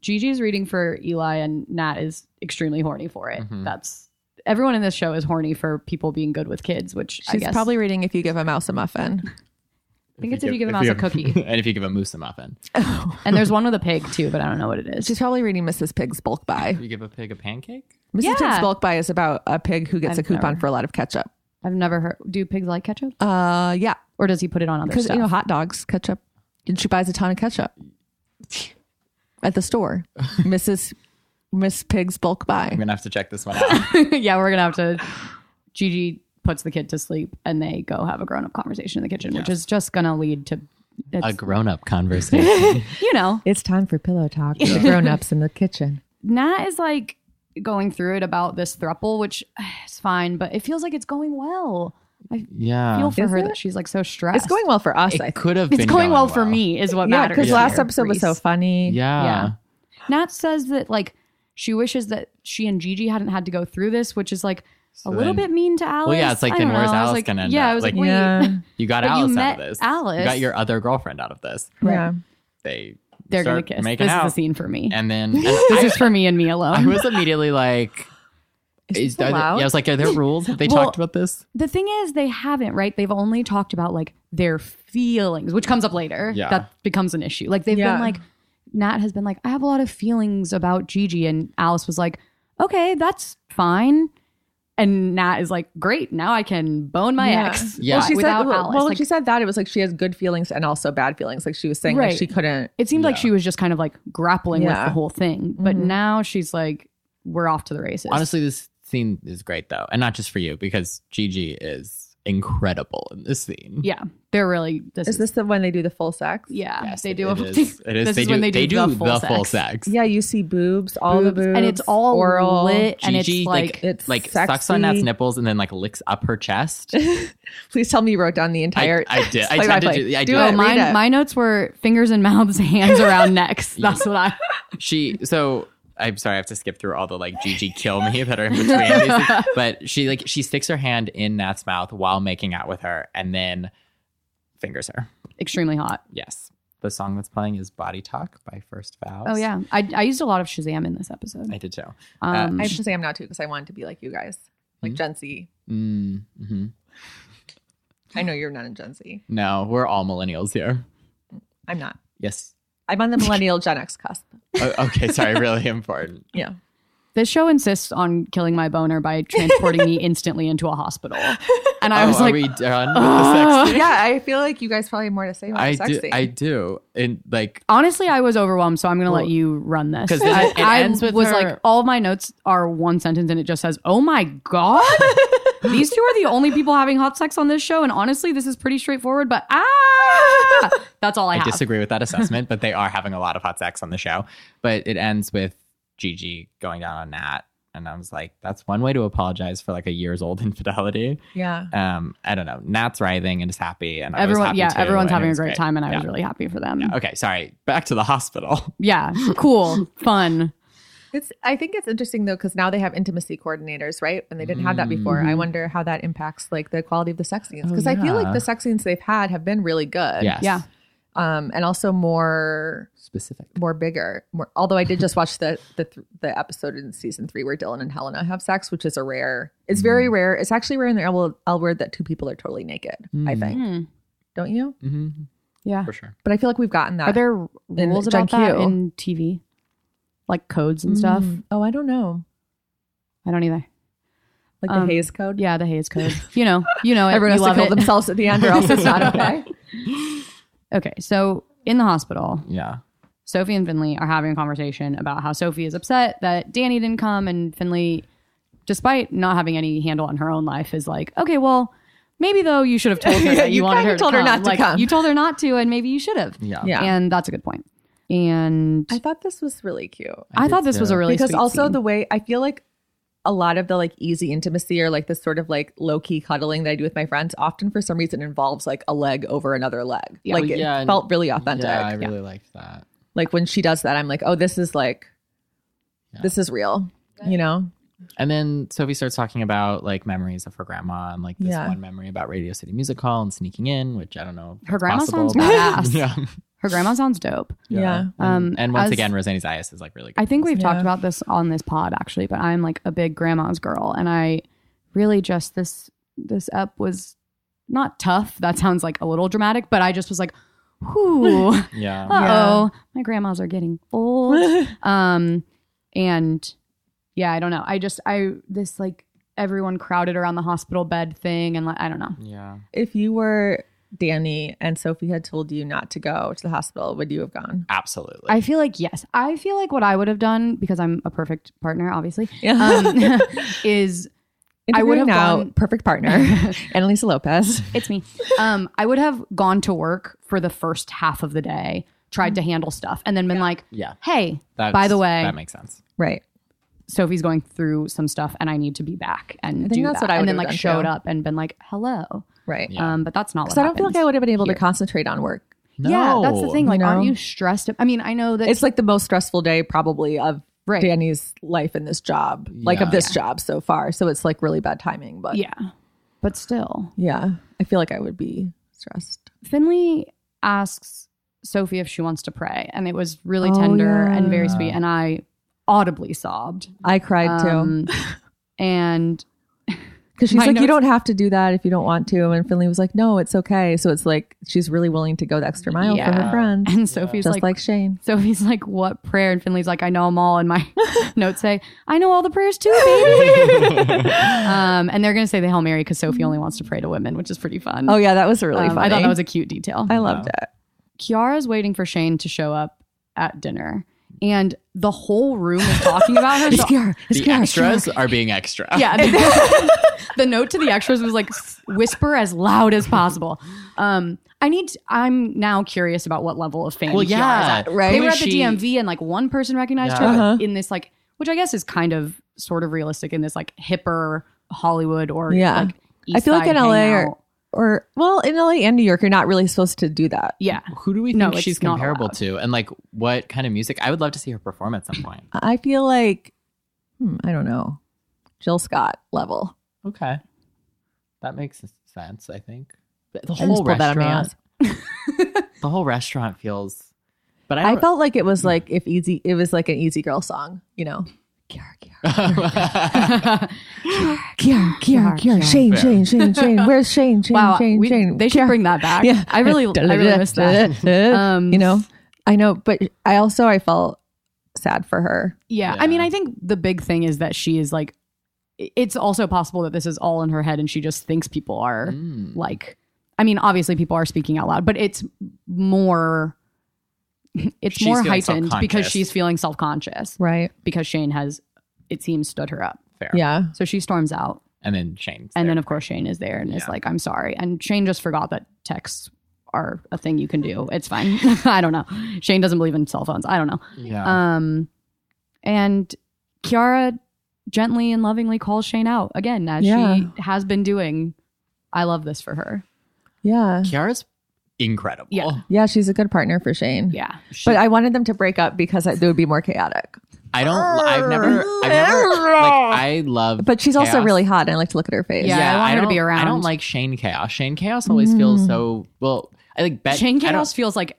Gigi's reading for Eli, and Nat is extremely horny for it. That's everyone in this show is horny for people being good with kids, which I She's guess probably reading if you give a mouse a muffin. I think it's if you give a mouse a cookie. and if you give a moose a muffin, and there's one with a pig too, but I don't know what it is. She's probably reading Mrs. Pig's Bulk Buy. you give a pig a pancake. Mrs. Yeah. Pig's Bulk Buy is about a pig who gets a I've coupon never- for a lot of ketchup. I've never heard. Do pigs like ketchup, Uh, yeah, or does he put it on other because stuff? you know hot dogs, ketchup, and she buys a ton of ketchup at the store. Mrs. Miss Pig's Bulk I'm Buy. gonna have to check this one out. yeah, we're gonna have to. Gigi puts the kid to sleep, and they go have a grown-up conversation in the kitchen, which is just gonna lead to. It's, a grown-up conversation. you know, It's time for pillow talk. The grown-ups in the kitchen. Nat is like going through it about this thruple, which is fine, but it feels like it's going well. I yeah, feel for Is her it? that she's like so stressed. It's going well for us. I it think. could have. It's Um, been going, well, for me, is what yeah, matters. because last here, episode was so Reese. funny. Yeah. Nat says that like she wishes that she and Gigi hadn't had to go through this, which is like a little then- bit mean to Alice. Well, yeah, it's like, I then don't where's know. I was Alice like, gonna end yeah, up? I was like, Like, wait, Yeah. You got But you Alice met out of this. Alice. You got your other girlfriend out of this. Yeah. They they're gonna start kiss. making This out, is the scene for me. and then and this I, is for me and me alone. I was immediately like, "Is, are there- allowed? yeah, I was like, are there rules? Have they Well- talked about this? the thing is they haven't right they've only talked about like their feelings which comes up later Yeah. that becomes an issue like they've Yeah. been like nat has been like i have a lot of feelings about gigi and alice was like okay that's fine and nat is like great now i can bone my Yeah. ex Yeah. Well, she without said, well, alice well, when like, she said that, it was like she has good feelings and also bad feelings. Like she was saying, Right. like she couldn't. it seemed like Yeah. she was just kind of like grappling with Yeah. the whole thing but Mhm. now she's like we're off to the races Honestly, this scene is great though, and not just for you because Gigi is incredible in this scene. yeah they're really this Is is, this the when they do the full sex? yeah Yes, they it- do It a, is. It is. this they is do, when they, do, the full sex, sex. Yeah, you see boobs, all the boobs, and it's all oral. lit and Gigi it's like like, it's like sucks on sexy. Nat's nipples and then like licks up her chest. Please tell me you wrote down the I, entire. I did. I Play by tried to play. do. I Do did. it. Oh, read my, my notes were fingers and mouths, hands around necks. That's what I. she so I'm sorry, I have to skip through all the like Gigi kill me that are in between. these. But she like she sticks her hand in Nat's mouth while making out with her, and then fingers her. Extremely hot. Yes, the song that's playing is "Body Talk" by First Vows. Oh yeah, I, I used a lot of Shazam in this episode. I did too. Um, I should say I'm not too because I wanted to be like you guys, like Mhm. Gen Z. Mm, hmm I know you're not in Gen Z. No, we're all millennials here. I'm not. Yes. I'm on the millennial Gen X cusp. O- okay, sorry. Really important. Yeah. this show insists on killing my boner by transporting me instantly into a hospital, and I Oh, was are like, we done with the sex "Ugh." yeah, I feel like you guys probably have more to say about I the sex do. scene. I do. And like, honestly, I was overwhelmed, so I'm gonna let Well, you run this. 'cause I, it- it I ends with was her- like, all of my notes are one sentence, and it just says, "Oh my god." These two are the only people having hot sex on this show, and honestly, this is pretty straightforward. But ah, that's all I, I, have. disagree with that assessment, but they are having a lot of hot sex on the show. But it ends with Gigi going down on Nat. And I was like, that's one way to apologize for like a year's old infidelity. yeah. Um, I don't know. Nat's writhing and is happy, and I was Everyone, happy yeah, too, and everyone's it having a was great, time, and I was Yeah. really happy for them. Okay, sorry. Back to the hospital. Yeah, cool, fun. It's. I think it's interesting though because now they have intimacy coordinators, right? And they didn't have that before. Mm. I wonder how that impacts like the quality of the sex scenes because I feel yeah. like the sex scenes they've had have been really good. Yes. Oh, Uh, Yeah. Um, and also more Specific. more bigger. More, although I did just watch the the th- the episode in season three where Dylan and Helena have sex, which is a rare. It's very Mm. rare. It's actually rare in the L, L word that two people are totally naked. I think, Mm, don't you? hmm yeah. For sure. But I feel like we've gotten that. Are there rules about Gen that Q. in TV, like codes and stuff? Mm. Oh, I don't know. I don't either. Like Um, the Hayes Code. Yeah, the Hayes Code. You know, you know, it. Everyone You has to kill love it. themselves at the end, or else it's not okay. Okay, so in the hospital, Yeah. Sophie and Finley are having a conversation about how Sophie is upset that Danny didn't come, and Finley, despite not having any handle on her own life, is like, okay, well, maybe though you should have told her that you, You wanted kinda her. told to her come. not to Like, come. You told her not to, and maybe you should have. Yeah. Yeah. and that's a good point. And I I, thought this was really cute I thought did this was too. a really because sweet also scene. the way I feel like a lot of the like easy intimacy or like this sort of like low key cuddling that I do with my friends often for some reason involves like a leg over another leg. Yeah. like Oh, yeah, it and- felt really authentic. Yeah, I really liked that. like when she does that, I'm like, oh, this is like, Yeah. this is real. You know? And then Sophie starts talking about like memories of her grandma and like this Yeah. one memory about Radio City Music Hall and sneaking in, which I don't know. if Her it's grandma possible, sounds but- badass. yeah. her grandma sounds dope. Yeah. Um, Um, and once as- again, Rosanne Zayas is like really good. I think we've talked Yeah. about this on this pod actually, but I'm like a big grandma's girl, and I really just this this up was not tough. That sounds like a little dramatic, but I just was like, whoo, uh yeah. oh, my grandmas are getting old. um, and yeah, I don't know. I just I this like everyone crowded around the hospital bed thing, and like, I don't know. yeah. If you were Danny and Sophie had told you not to go to the hospital, would you have Um, gone? Absolutely. I feel like yes. I feel like what I would have done because I'm a perfect partner, obviously, Yeah. um, is I would have Interviewing now, gone- perfect partner, Annalisa Lopez. It's me. Um, I would have gone to work for the first half of the day, tried to handle stuff, and then been like, yeah. "Hey, That's, by the way, that makes sense. Right. Sophie's going through some stuff, and I need to be back and I think do that's that." what I and would then have like done, showed too. up and been like, "Hello," Right. Yeah. um, but that's not. Because what I don't feel like I happens. would have been able here. to concentrate on work. No. Yeah, that's the thing. Like, You aren't know? you stressed? I mean, I know that It's like the most stressful day probably of right. Danny's life in this job, like Yeah. of this job so far. So it's like really bad timing. But yeah, but still, yeah, I feel like I would be stressed. Finley asks Sophie if she wants to pray, and it was really Oh, tender yeah. and very Yeah. sweet, and I audibly sobbed. I cried too. Um, and Because she's My like, you notes- don't have to do that if you don't want to. And Finley was like, no, it's okay. So it's like she's really willing to go the extra mile for Yeah. her friends, and Sophie's just like, like, Shane. Sophie's like, what prayer? And Finley's like, I know them all. And my notes say, I know all the prayers too, baby. um, and they're gonna say the Hail Mary because Sophie only wants to pray to women, which is pretty fun. Oh yeah, that was really Um, funny. I thought that was a cute detail. I loved it. Kiara's waiting for Shane to show up at dinner, and the whole room is talking about her. So Kiara, it's The extras are being extra. Yeah. The, the note to the extras was like "S- whisper as loud as possible. Um, I need. I'm now curious about what level of fan. Well, Kiara is yeah. at. Right. They Who were is at the she? DMV and like one person recognized Yeah. her Uh-huh. in this like, which I guess is kind of sort of realistic in this like hipper Hollywood or Yeah. Like, I feel like East in Side LA or- hangout. or well, in LA and New York, you're not really supposed to do that. Yeah. Who do we think No, it's she's not comparable allowed. to? And like what kind of music? I would love to see her perform at some point. I feel like hmm, I don't know, Jill Scott level. okay. That makes sense, I think. The- The I just whole pulled that out of my restaurant. ass. The whole restaurant feels but I, I don't- felt like it was like if easy, it was like an easy girl song, you know. Kiara, Kiara, Kiara. Shane, Fair. Shane, Shane, Shane. Where's Shane? Shane, wow. Shane, we- Shane. they should Kiara. bring that back. Yeah. I really, I really missed that. Um, you know, I know, but I also I felt sad for her. Yeah. I mean, Yeah. I think the big thing is that she is like, i- it's also possible that this is all in her head and she just thinks people are Mm. like, I mean, obviously people are speaking out loud, but it's more, it's She's more feeling heightened because self-conscious. she's feeling self conscious Right. because Shane has, it seems, stood her up. Fair. Yeah. So she storms out. And then Shane. And then, of course, Shane is there and is Yeah. like, I'm sorry. And Shane just forgot that texts are a thing you can Mm. do. It's fine. I don't know. Shane doesn't believe in cell phones. I don't know. yeah. Um, and Kiara gently and lovingly calls Shane out again, as Yeah. she has been doing. I love this for her. Yeah. Kiara's incredible. Yeah. Yeah. She's a good partner for Shane. Yeah. But I wanted them to break up because it would be more chaotic. I don't. I've never. I've never. Like I love. But she's also chaos. really hot, and I like to look at her face. Yeah, I want her to don't- be around. Mm. I don't like Shane Chaos. Shane Chaos always feels so. Well, I like Bet. Shane I don't- Chaos feels like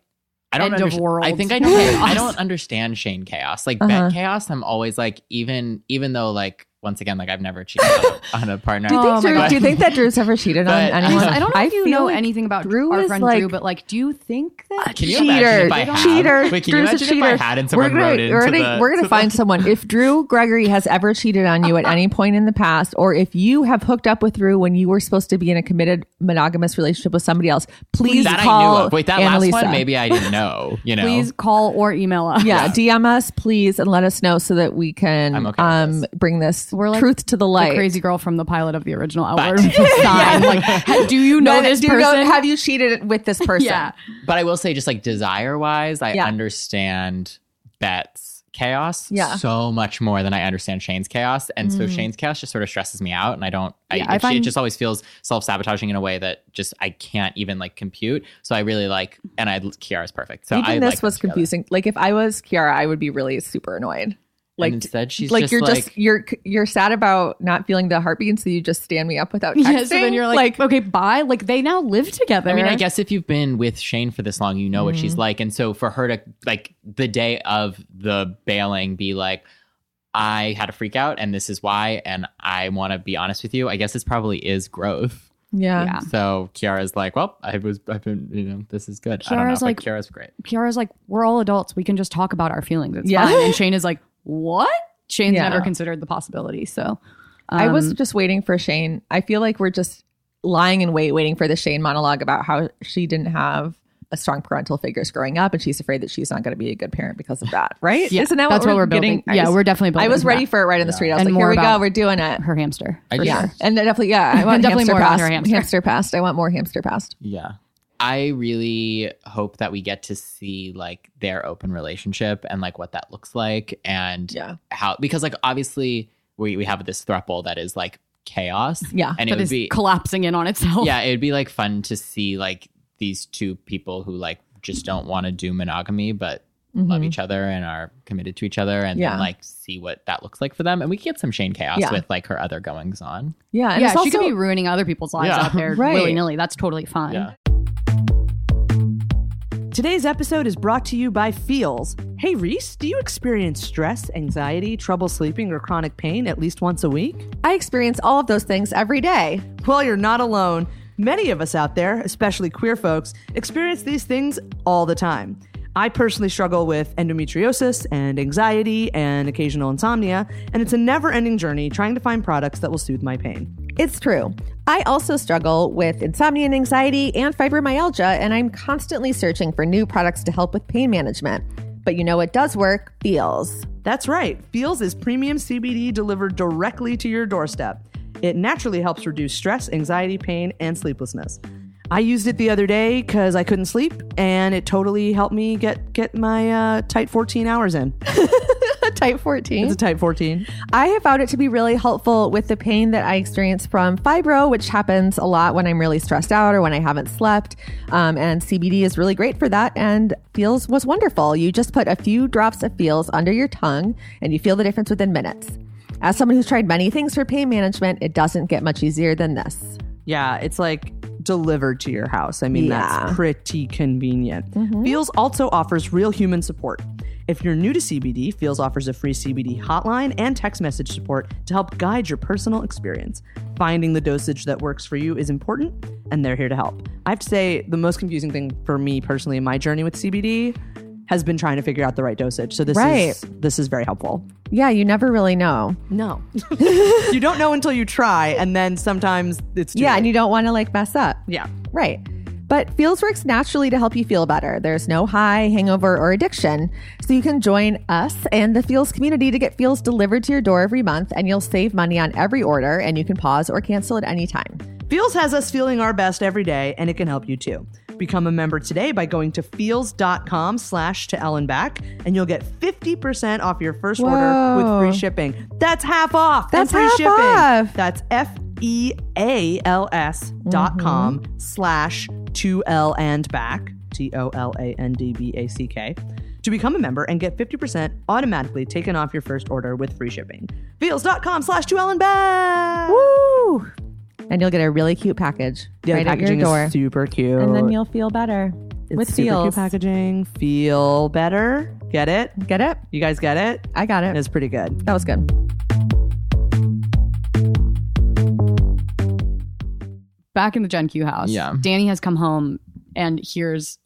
I don't end of underst- world I think I don't. I chaos. don't understand Shane Chaos. Like Uh-huh. Bet Chaos, I'm always like even even though like once again like I've never cheated on- on a partner. Do you, Oh my think Drew, God. do you think that Drew's ever cheated on But, uh, anyone? Lisa, I don't know if you feel know like anything about Drew our is friend like- Drew, but like, do you think that Can you cheater, imagine if I had? cheater. Wait, can Drew's you a imagine cheater. if I had and someone we're gonna, wrote into we're gonna, the? we're gonna to find someone. If Drew Gregory has ever cheated on you at any point in the past, or if you have hooked up with Drew when you were supposed to be in a committed monogamous relationship with somebody else, please that I call knew of. Wait, that Annalisa. last one maybe I didn't know. You know, please call or email us? Yeah, DM us please and let us know so that we can I'm okay with um bring this We're like truth to the light. The crazy girl from the pilot of the original But- Outward Sign. Like, ha- do you know But this do you person? know- have you cheated with this person? yeah. But I will say, just like desire wise, I Yeah. understand Bet's chaos Yeah. Mm. so much more than I understand Shane's chaos. And so Shane's chaos just sort of stresses me out. And I don't, I, Yeah, it, I it find- just always feels self sabotaging in a way that just I can't even like compute. So I really like, and I, Kiara's perfect. So Even I this like them was together. confusing. Like if I was Kiara, I would be really super annoyed. Like and instead, she's like just you're like, just you're you're sad about not feeling the heartbeat, and so you just stand me up without texting. Yeah, so then you're like, okay, bye. Like they now live together. I mean, I guess if you've been with Shane for this long, you know what Mm-hmm. she's like. And so for her to like the day of the bailing be like, I had a freak out and this is why, and I want to be honest with you. I guess this probably is growth. yeah, Yeah. So Kiara's like, well, I was, I've been, you know, this is good. I don't know, Kiara's but like- Kiara's great. Kiara's like, we're all adults. We can just talk about our feelings. It's Yeah. fine. And Shane is like, what? Shane's Yeah. never considered the possibility. So I was um, just waiting for Shane. I feel like we're just lying in wait, waiting for the Shane monologue about how she didn't have a strong parental figures growing up, and she's afraid that she's not going to be a good parent because of that. Right? yeah, Isn't that that's what we're, building? getting? I yeah, was- we're definitely building. I was to ready that. for it right in the street. I was And like, more here we go. about- We're doing it. her hamster. I for just- sure. And definitely, yeah, I want Definitely hamster more about past. her hamster. past. I want more hamster past. Yeah. I really hope that we get to see like their open relationship and like what that looks like and Yeah. how, because like obviously we, we have this throuple that is like chaos. Yeah. And it That would is be collapsing in on itself. yeah, it'd be like fun to see like these two people who like just don't want to do monogamy but love Mm-hmm. Mhm. each other and are committed to each other and Yeah. then like see what that looks like for them. And we could get some Shane chaos Yeah. with like her other goings on. Yeah. And yeah, it's also, she could be ruining other people's lives Yeah. out there Right. willy nilly. That's totally fine. Yeah. Today's episode is brought to you by Feels. Hey Reese, do you experience stress, anxiety, trouble sleeping, or chronic pain at least once a week? I experience all of those things every day. Well, you're not alone. Many of us out there, especially queer folks, experience these things all the time. I personally struggle with endometriosis and anxiety and occasional insomnia, and it's a never ending journey trying to find products that will soothe my pain. It's true. I also struggle with insomnia and anxiety and fibromyalgia, and I'm constantly searching for new products to help with pain management. But you know what does work? Feels. That's right. Feels is premium CBD delivered directly to your doorstep. It naturally helps reduce stress, anxiety, pain, and sleeplessness. I used it the other day because I couldn't sleep, and it totally helped me get get my uh, tight 14 hours in. type 14. It's a type 14. I have found it to be really helpful with the pain that I experience from fibro, which happens a lot when I'm really stressed out or when I haven't slept. Um, and CBD is really great for that. And Feels was wonderful. You just put a few drops of Feels under your tongue and you feel the difference within minutes. As someone who's tried many things for pain management, it doesn't get much easier than this. Yeah, it's like delivered to your house. I mean, that's Yeah. Mm-hmm. pretty convenient. Feels also offers real human support. If you're new to CBD, Feels offers a free CBD hotline and text message support to help guide your personal experience. Finding the dosage that works for you is important, and they're here to help. I have to say, the most confusing thing for me personally in my journey with CBD has been trying to figure out the right dosage. So this Right. is this is very helpful. Yeah, you never really know. No. you don't know until you try and then sometimes it's too yeah, late. and you don't want to like mess up. yeah. Right. But Feels works naturally to help you feel better. There's no high, hangover, or addiction. So you can join us and the Feels community to get Feels delivered to your door every month, and you'll save money on every order, and you can pause or cancel at any time. Feels has us feeling our best every day, and it can help you too. Become a member today by going to feels.com slash to Ellen Back, and you'll get 50% off your first order with Whoa. free shipping. That's half off. and That's free half shipping. off. That's F E A L S Mm-hmm. dot com slash to L and back, T O L A N D B A C K, to become a member and get 50% automatically taken off your first order with free shipping. Feels.com slash to Ellen Back. Woo! And you'll get a really cute package Yeah, right the at your packaging door. is super cute. and then you'll feel better It's with super cute Feels. packaging. Feel better. Get it? Get it? You guys get it? I got it. It's pretty good. That was good. back in the Gen Q house, Yeah. Danny has come home and hears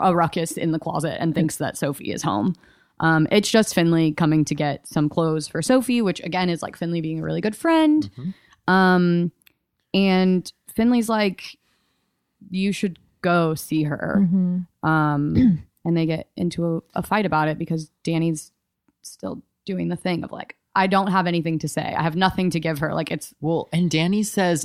a ruckus in the closet and thinks that Sophie is home. Um, it's just Finley coming to get some clothes for Sophie, which again is like Finley being a really good friend. Mm-hmm. Um, and Finley's like, you should go see her. Um, and they get into a, a fight about it because Danny's still doing the thing of like, I don't have anything to say. I have nothing to give her. Like it's Well, and Danny says,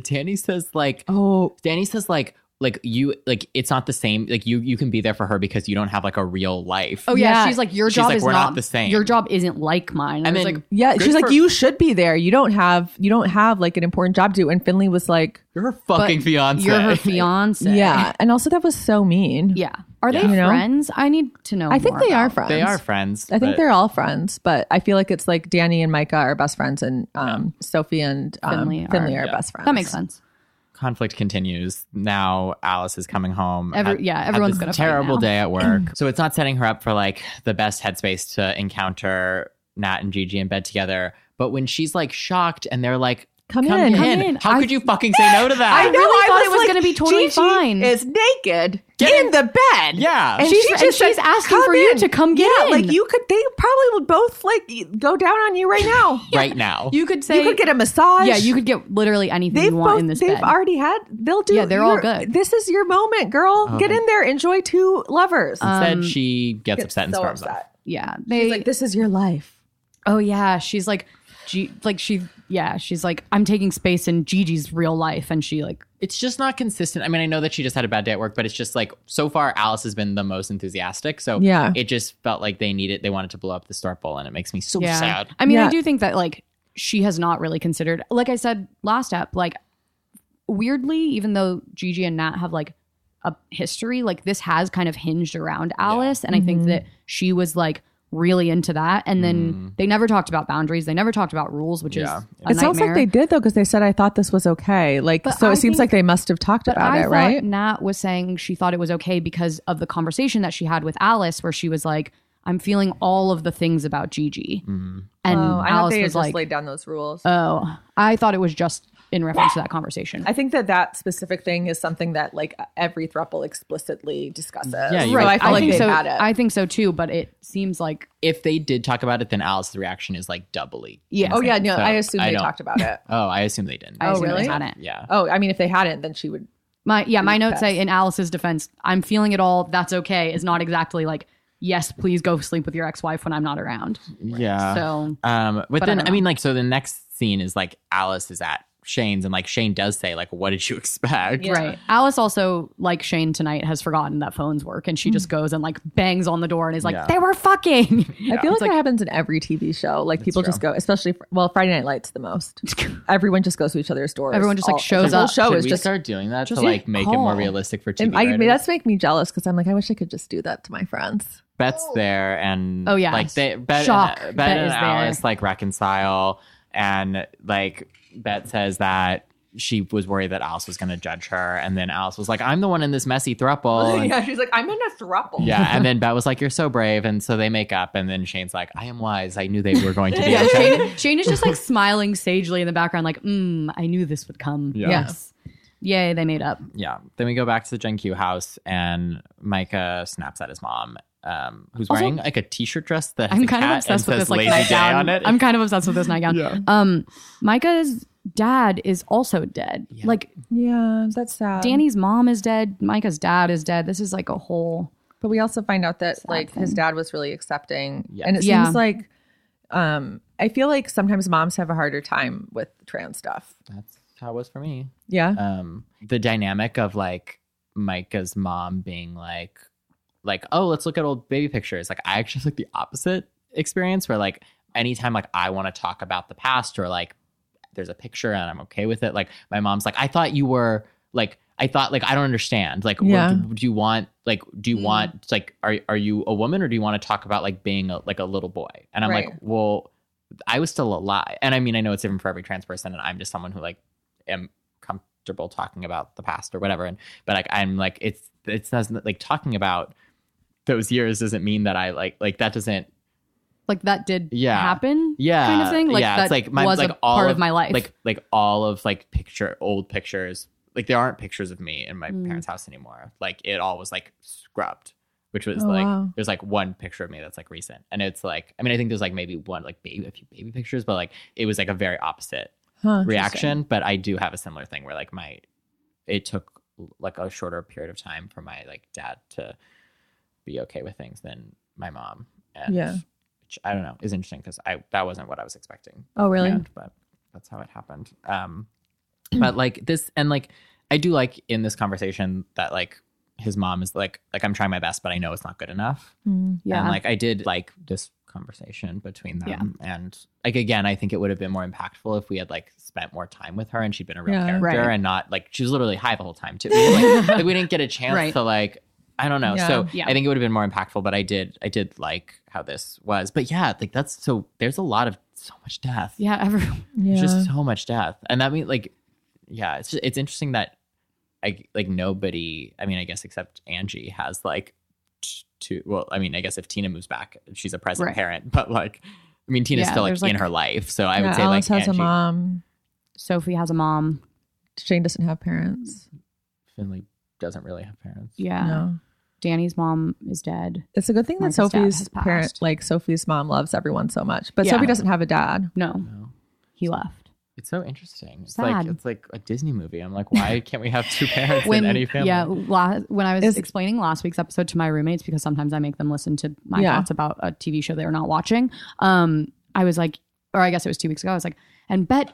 Danny says, like, Oh, Danny says, like, like you, like it's not the same. Like you, you can be there for her because you don't have like a real life. Oh yeah, Yeah. she's like your She's job like, is "We're not, not the same." Your job isn't like mine. I, I was mean, like, Yeah, Good she's like, for- you should be there. You don't have you don't have like an important job to. do." And Finley was like, "Eh." you're her fucking but fiance. You're her fiance. yeah. And also that was so mean. yeah. Are they Yeah. You know? friends? I need to know. I think more they are about- friends. They are friends. I think but- they're all friends, but I feel like it's like Danny and Micah are best friends, and um, Sophie and um, Finley Finley are- are, Yeah. best friends. That makes sense. conflict continues. Now Alice is coming home. Every- Had- yeah, had everyone's this gonna fight terrible now. day at work. so it's not setting her up for like the best headspace to encounter Nat and Gigi in bed together. But when she's like shocked and they're like, Come, "Come in, in, come in. in. how I- could you fucking say no to that?" I know, really I thought was it was like, gonna be totally Gigi fine. is Is naked in the bed. Yeah. And she she's- just and she's said, asking "Come for you in." to come get yeah, in. Like you could, they probably would both like go down on you right now. right now. You could say you could get a massage. yeah. You could get literally anything They've you want both, in this they've bed. already had. They'll do. Yeah, they're all your- good. This is your moment, girl. Get in there. Enjoy two lovers. Instead, she gets, Gets upset and so storms upset. off. yeah. Uh, They She's like, this is your life. oh yeah. She's like. G- like she, yeah, she's like, I'm taking space in Gigi's real life, and she like, It's just not consistent. I mean, I know that she just had a bad day at work, but it's just like so far Alice has been the most enthusiastic. So Yeah. it just felt like they needed they wanted to blow up the start bowl, and it makes me so yeah. sad. I mean, I Yeah. do think that like she has not really considered, like I said last step, like weirdly, even though Gigi and Nat have like a history, like this has kind of hinged around Alice. And I think that she was like really into that. And then they never talked about boundaries. They never talked about rules, which Yeah. is a Mm. It sounds like nightmare. they did though, because they said I thought this was okay. Like, But so I it seems think- like they must have talked But about I it, thought right? Nat was saying she thought it was okay because of the conversation that she had with Alice, where she was like, I'm feeling all of the things about Gigi. Mm-hmm. And Oh, Alice was like, down those rules. Oh, I thought it was just in reference to that conversation. I think that that specific thing is something that like every throuple explicitly discusses. Yeah, you so would- I feel I like think they've so. had it. I think so too, but it seems like if they did talk about it, then Alice's reaction is like doubly. Yeah. oh yeah, no, So, I assume I they don't- talked about it. Oh, I assume they didn't. I Oh, assume really? they hadn't. Yeah. Oh, I mean, if they hadn't, then she would. My yeah, my notes Yes. say in Alice's defense, I'm feeling it all. That's okay. Is not exactly like yes, please go sleep with your ex-wife when I'm not around. Yeah. So um, but, But I then don't I, mean, like, so the next scene is like Alice is at Shane's and like Shane does say like what did you expect? Right. Alice also, like Shane tonight, has forgotten that phones work and she just Hmm. goes and like bangs on the door and is like, Yeah. they were fucking. I feel like, It's like- that happens in every TV show. Like people just go, especially fr- well, Friday Night Lights the most. Everyone just goes to each other's doors. Everyone just, like, shows the whole up. Show Should is we just. start doing that to just like make it more call. realistic for TV and I, writers? that's make me jealous because I'm like, I wish I could just do that to my friends. Bet's there and Oh, yeah. like they Bet Shock. and, Bet Bet and is there. Alice like reconcile and like Bet says that she was worried that Alice was going to judge her and then Alice was like I'm the one in this messy throuple and- yeah. she's like, I'm in a throuple. and then Bet was like, "You're so brave," and so they make up, and then Shane's like, "I am wise. I knew they were going to be." Yeah, upset." Shane, Shane is just like smiling sagely in the background, like, mm, I knew this would come. Yeah. Yes. Yay, they made up. yeah. Then we go back to the Gen Q house, and Micah snaps at his mom, um, who's Also- wearing like a t-shirt dress that has I'm a kind of cat obsessed and with says this like "Lazy Day" nightgown. on it. I'm kind of obsessed with this nightgown. Yeah. Um, Micah's dad is also dead. Yeah. Like Yeah, that's sad. Danny's mom is dead. Micah's dad is dead. This is like a whole. But we also find out that like his thing. dad was really accepting. Yes. And it Yeah. seems like um I feel like sometimes moms have a harder time with trans stuff. That's how it was for me. Yeah. um the dynamic of like Micah's mom being like like oh let's look at old baby pictures like I actually have, like the opposite experience where like anytime like I want to talk about the past or like there's a picture and I'm okay with it like my mom's like I thought you were like I thought like I don't understand like what- Yeah. do, you want like do you Mm. want Mm-hmm. like are are you a woman or do you want to talk about like being a, like a little boy and I'm like Right. well I was still alive and I mean I know it's different for every trans person and I'm just someone who like am comfortable talking about the past or whatever and but like i'm like it's it's doesn't like talking about those years doesn't mean that i like like that doesn't Like that did Yeah. happen. yeah Kind of thing? Like, yeah that was a part of my life. like like all of like picture old pictures like there aren't pictures of me in my Mm. parents house anymore like it all was like scrubbed which was Oh, like wow. there's like one picture of me that's like recent and it's like i mean i think there's like maybe one like baby a few baby pictures but like it was like a very opposite Huh. reaction but i do have a similar thing where like my it took like a shorter period of time for my like dad to be okay with things than my mom and Yeah. which i don't know is interesting because i that wasn't what i was expecting Oh really? and- but that's how it happened um but like this and like i do like in this conversation that like his mom is like like i'm trying my best but i know it's not good enough Mm. yeah. and like I did like this conversation between them. And like again, I think it would have been more impactful if we had like spent more time with her and she'd been a real Yeah. character Right. and not like she was literally high the whole time too. We didn't, like, like, we didn't get a chance Right. to like I don't know. Yeah. So Yeah. I think it would have been more impactful, but I did I did like how this was. But yeah, like that's so there's a lot of so much death. yeah, everyone. Yeah. There's just so much death. And that means like yeah, it's just, it's interesting that I like nobody, I mean, I guess except Angie has like t- two well, I mean, I guess if Tina moves back, she's a present Right. parent, but like I mean, Tina's Yeah, still like, there's, like- in her life, so I would Yeah, say Alice like has Angie a mom. Sophie has a mom. Shane doesn't have parents. Finley doesn't really have parents. Yeah. No. Danny's mom is dead. It's a good thing that Marcus' dad Sophie's has parent passed. like Sophie's mom loves everyone so much. But Yeah. Sophie doesn't have a dad. No, No. he left. It's so interesting. It's Sad. like it's like a Disney movie. I'm like, why can't we have two parents in any family? yeah, la- when I was Is- explaining last week's episode to my roommates, because sometimes I make them listen to my Yeah. thoughts about a TV show they were not watching. Um, I was like, or I guess it was two weeks ago. I was like, and Bet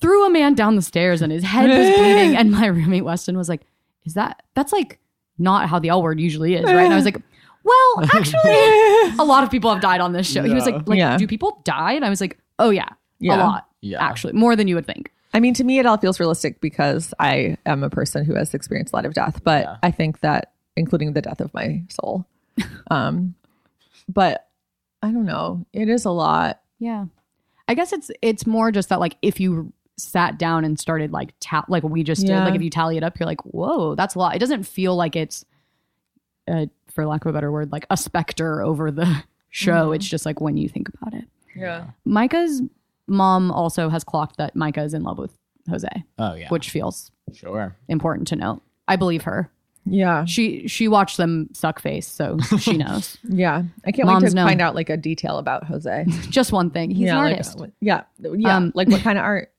threw a man down the stairs, and his head was bleeding. And my roommate Weston was like, "Is that? That's like not how the L word usually is, right?" And I was like, "Well, actually, a lot of people have died on this show." He was like, like Yeah. "Do people die?" And I was like, "Oh yeah, a Yeah. lot, Yeah. actually, more than you would think." I mean, to me, it all feels realistic because I am a person who has experienced a lot of death, but Yeah. I think that including the death of my soul. um, but I don't know. It is a lot. Yeah. I guess it's it's more just that like if you sat down and started like ta- like we just Yeah. did, like if you tally it up, you're like, whoa, that's a lot. It doesn't feel like it's uh, for lack of a better word, like a specter over the show. It's just like when you think about it. Yeah. Micah's mom also has clocked that Micah is in love with Jose, Oh yeah. which feels sure. important to note. I believe her. Yeah. She she watched them suck face, so she knows. Yeah. I can't wait Moms to know. find out like a detail about Jose. just one thing. He's yeah, an like, uh, artist. what- yeah. Yeah. Um, like what kind of art?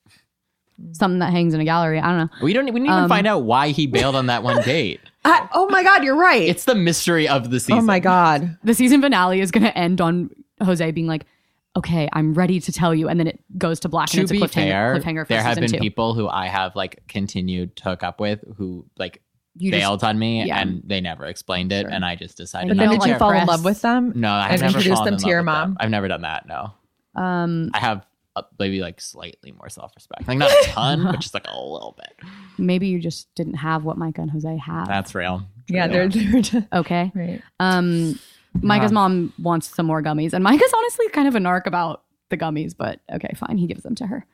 Something that hangs in a gallery. I don't know. We don't we didn't even find out why he bailed on that one date. I, oh my God. You're right. It's the mystery of the season. oh my God. the season finale is going to end on Jose being like, okay, I'm ready to tell you, and then it goes to black to and it's a be cliffhanger, fair, cliffhanger for there have season been two. people who I have like continued to hook up with who like you just, bailed on me yeah. and they never explained it, Sure. and I just decided. But But not then No, did to you care. like fall in press. love with them? No, I've and never introduce fallen them in to love your with them. mom? I've never done that. No, um, I have uh, maybe like slightly more self respect, like not a ton, but just like a little bit. maybe you just didn't have what Micah and Jose have. That's real. Yeah, True. they're, they're okay. right. Um, Micah's mom wants some more gummies, and Micah's honestly kind of a narc about the gummies, but okay, fine. He gives them to her.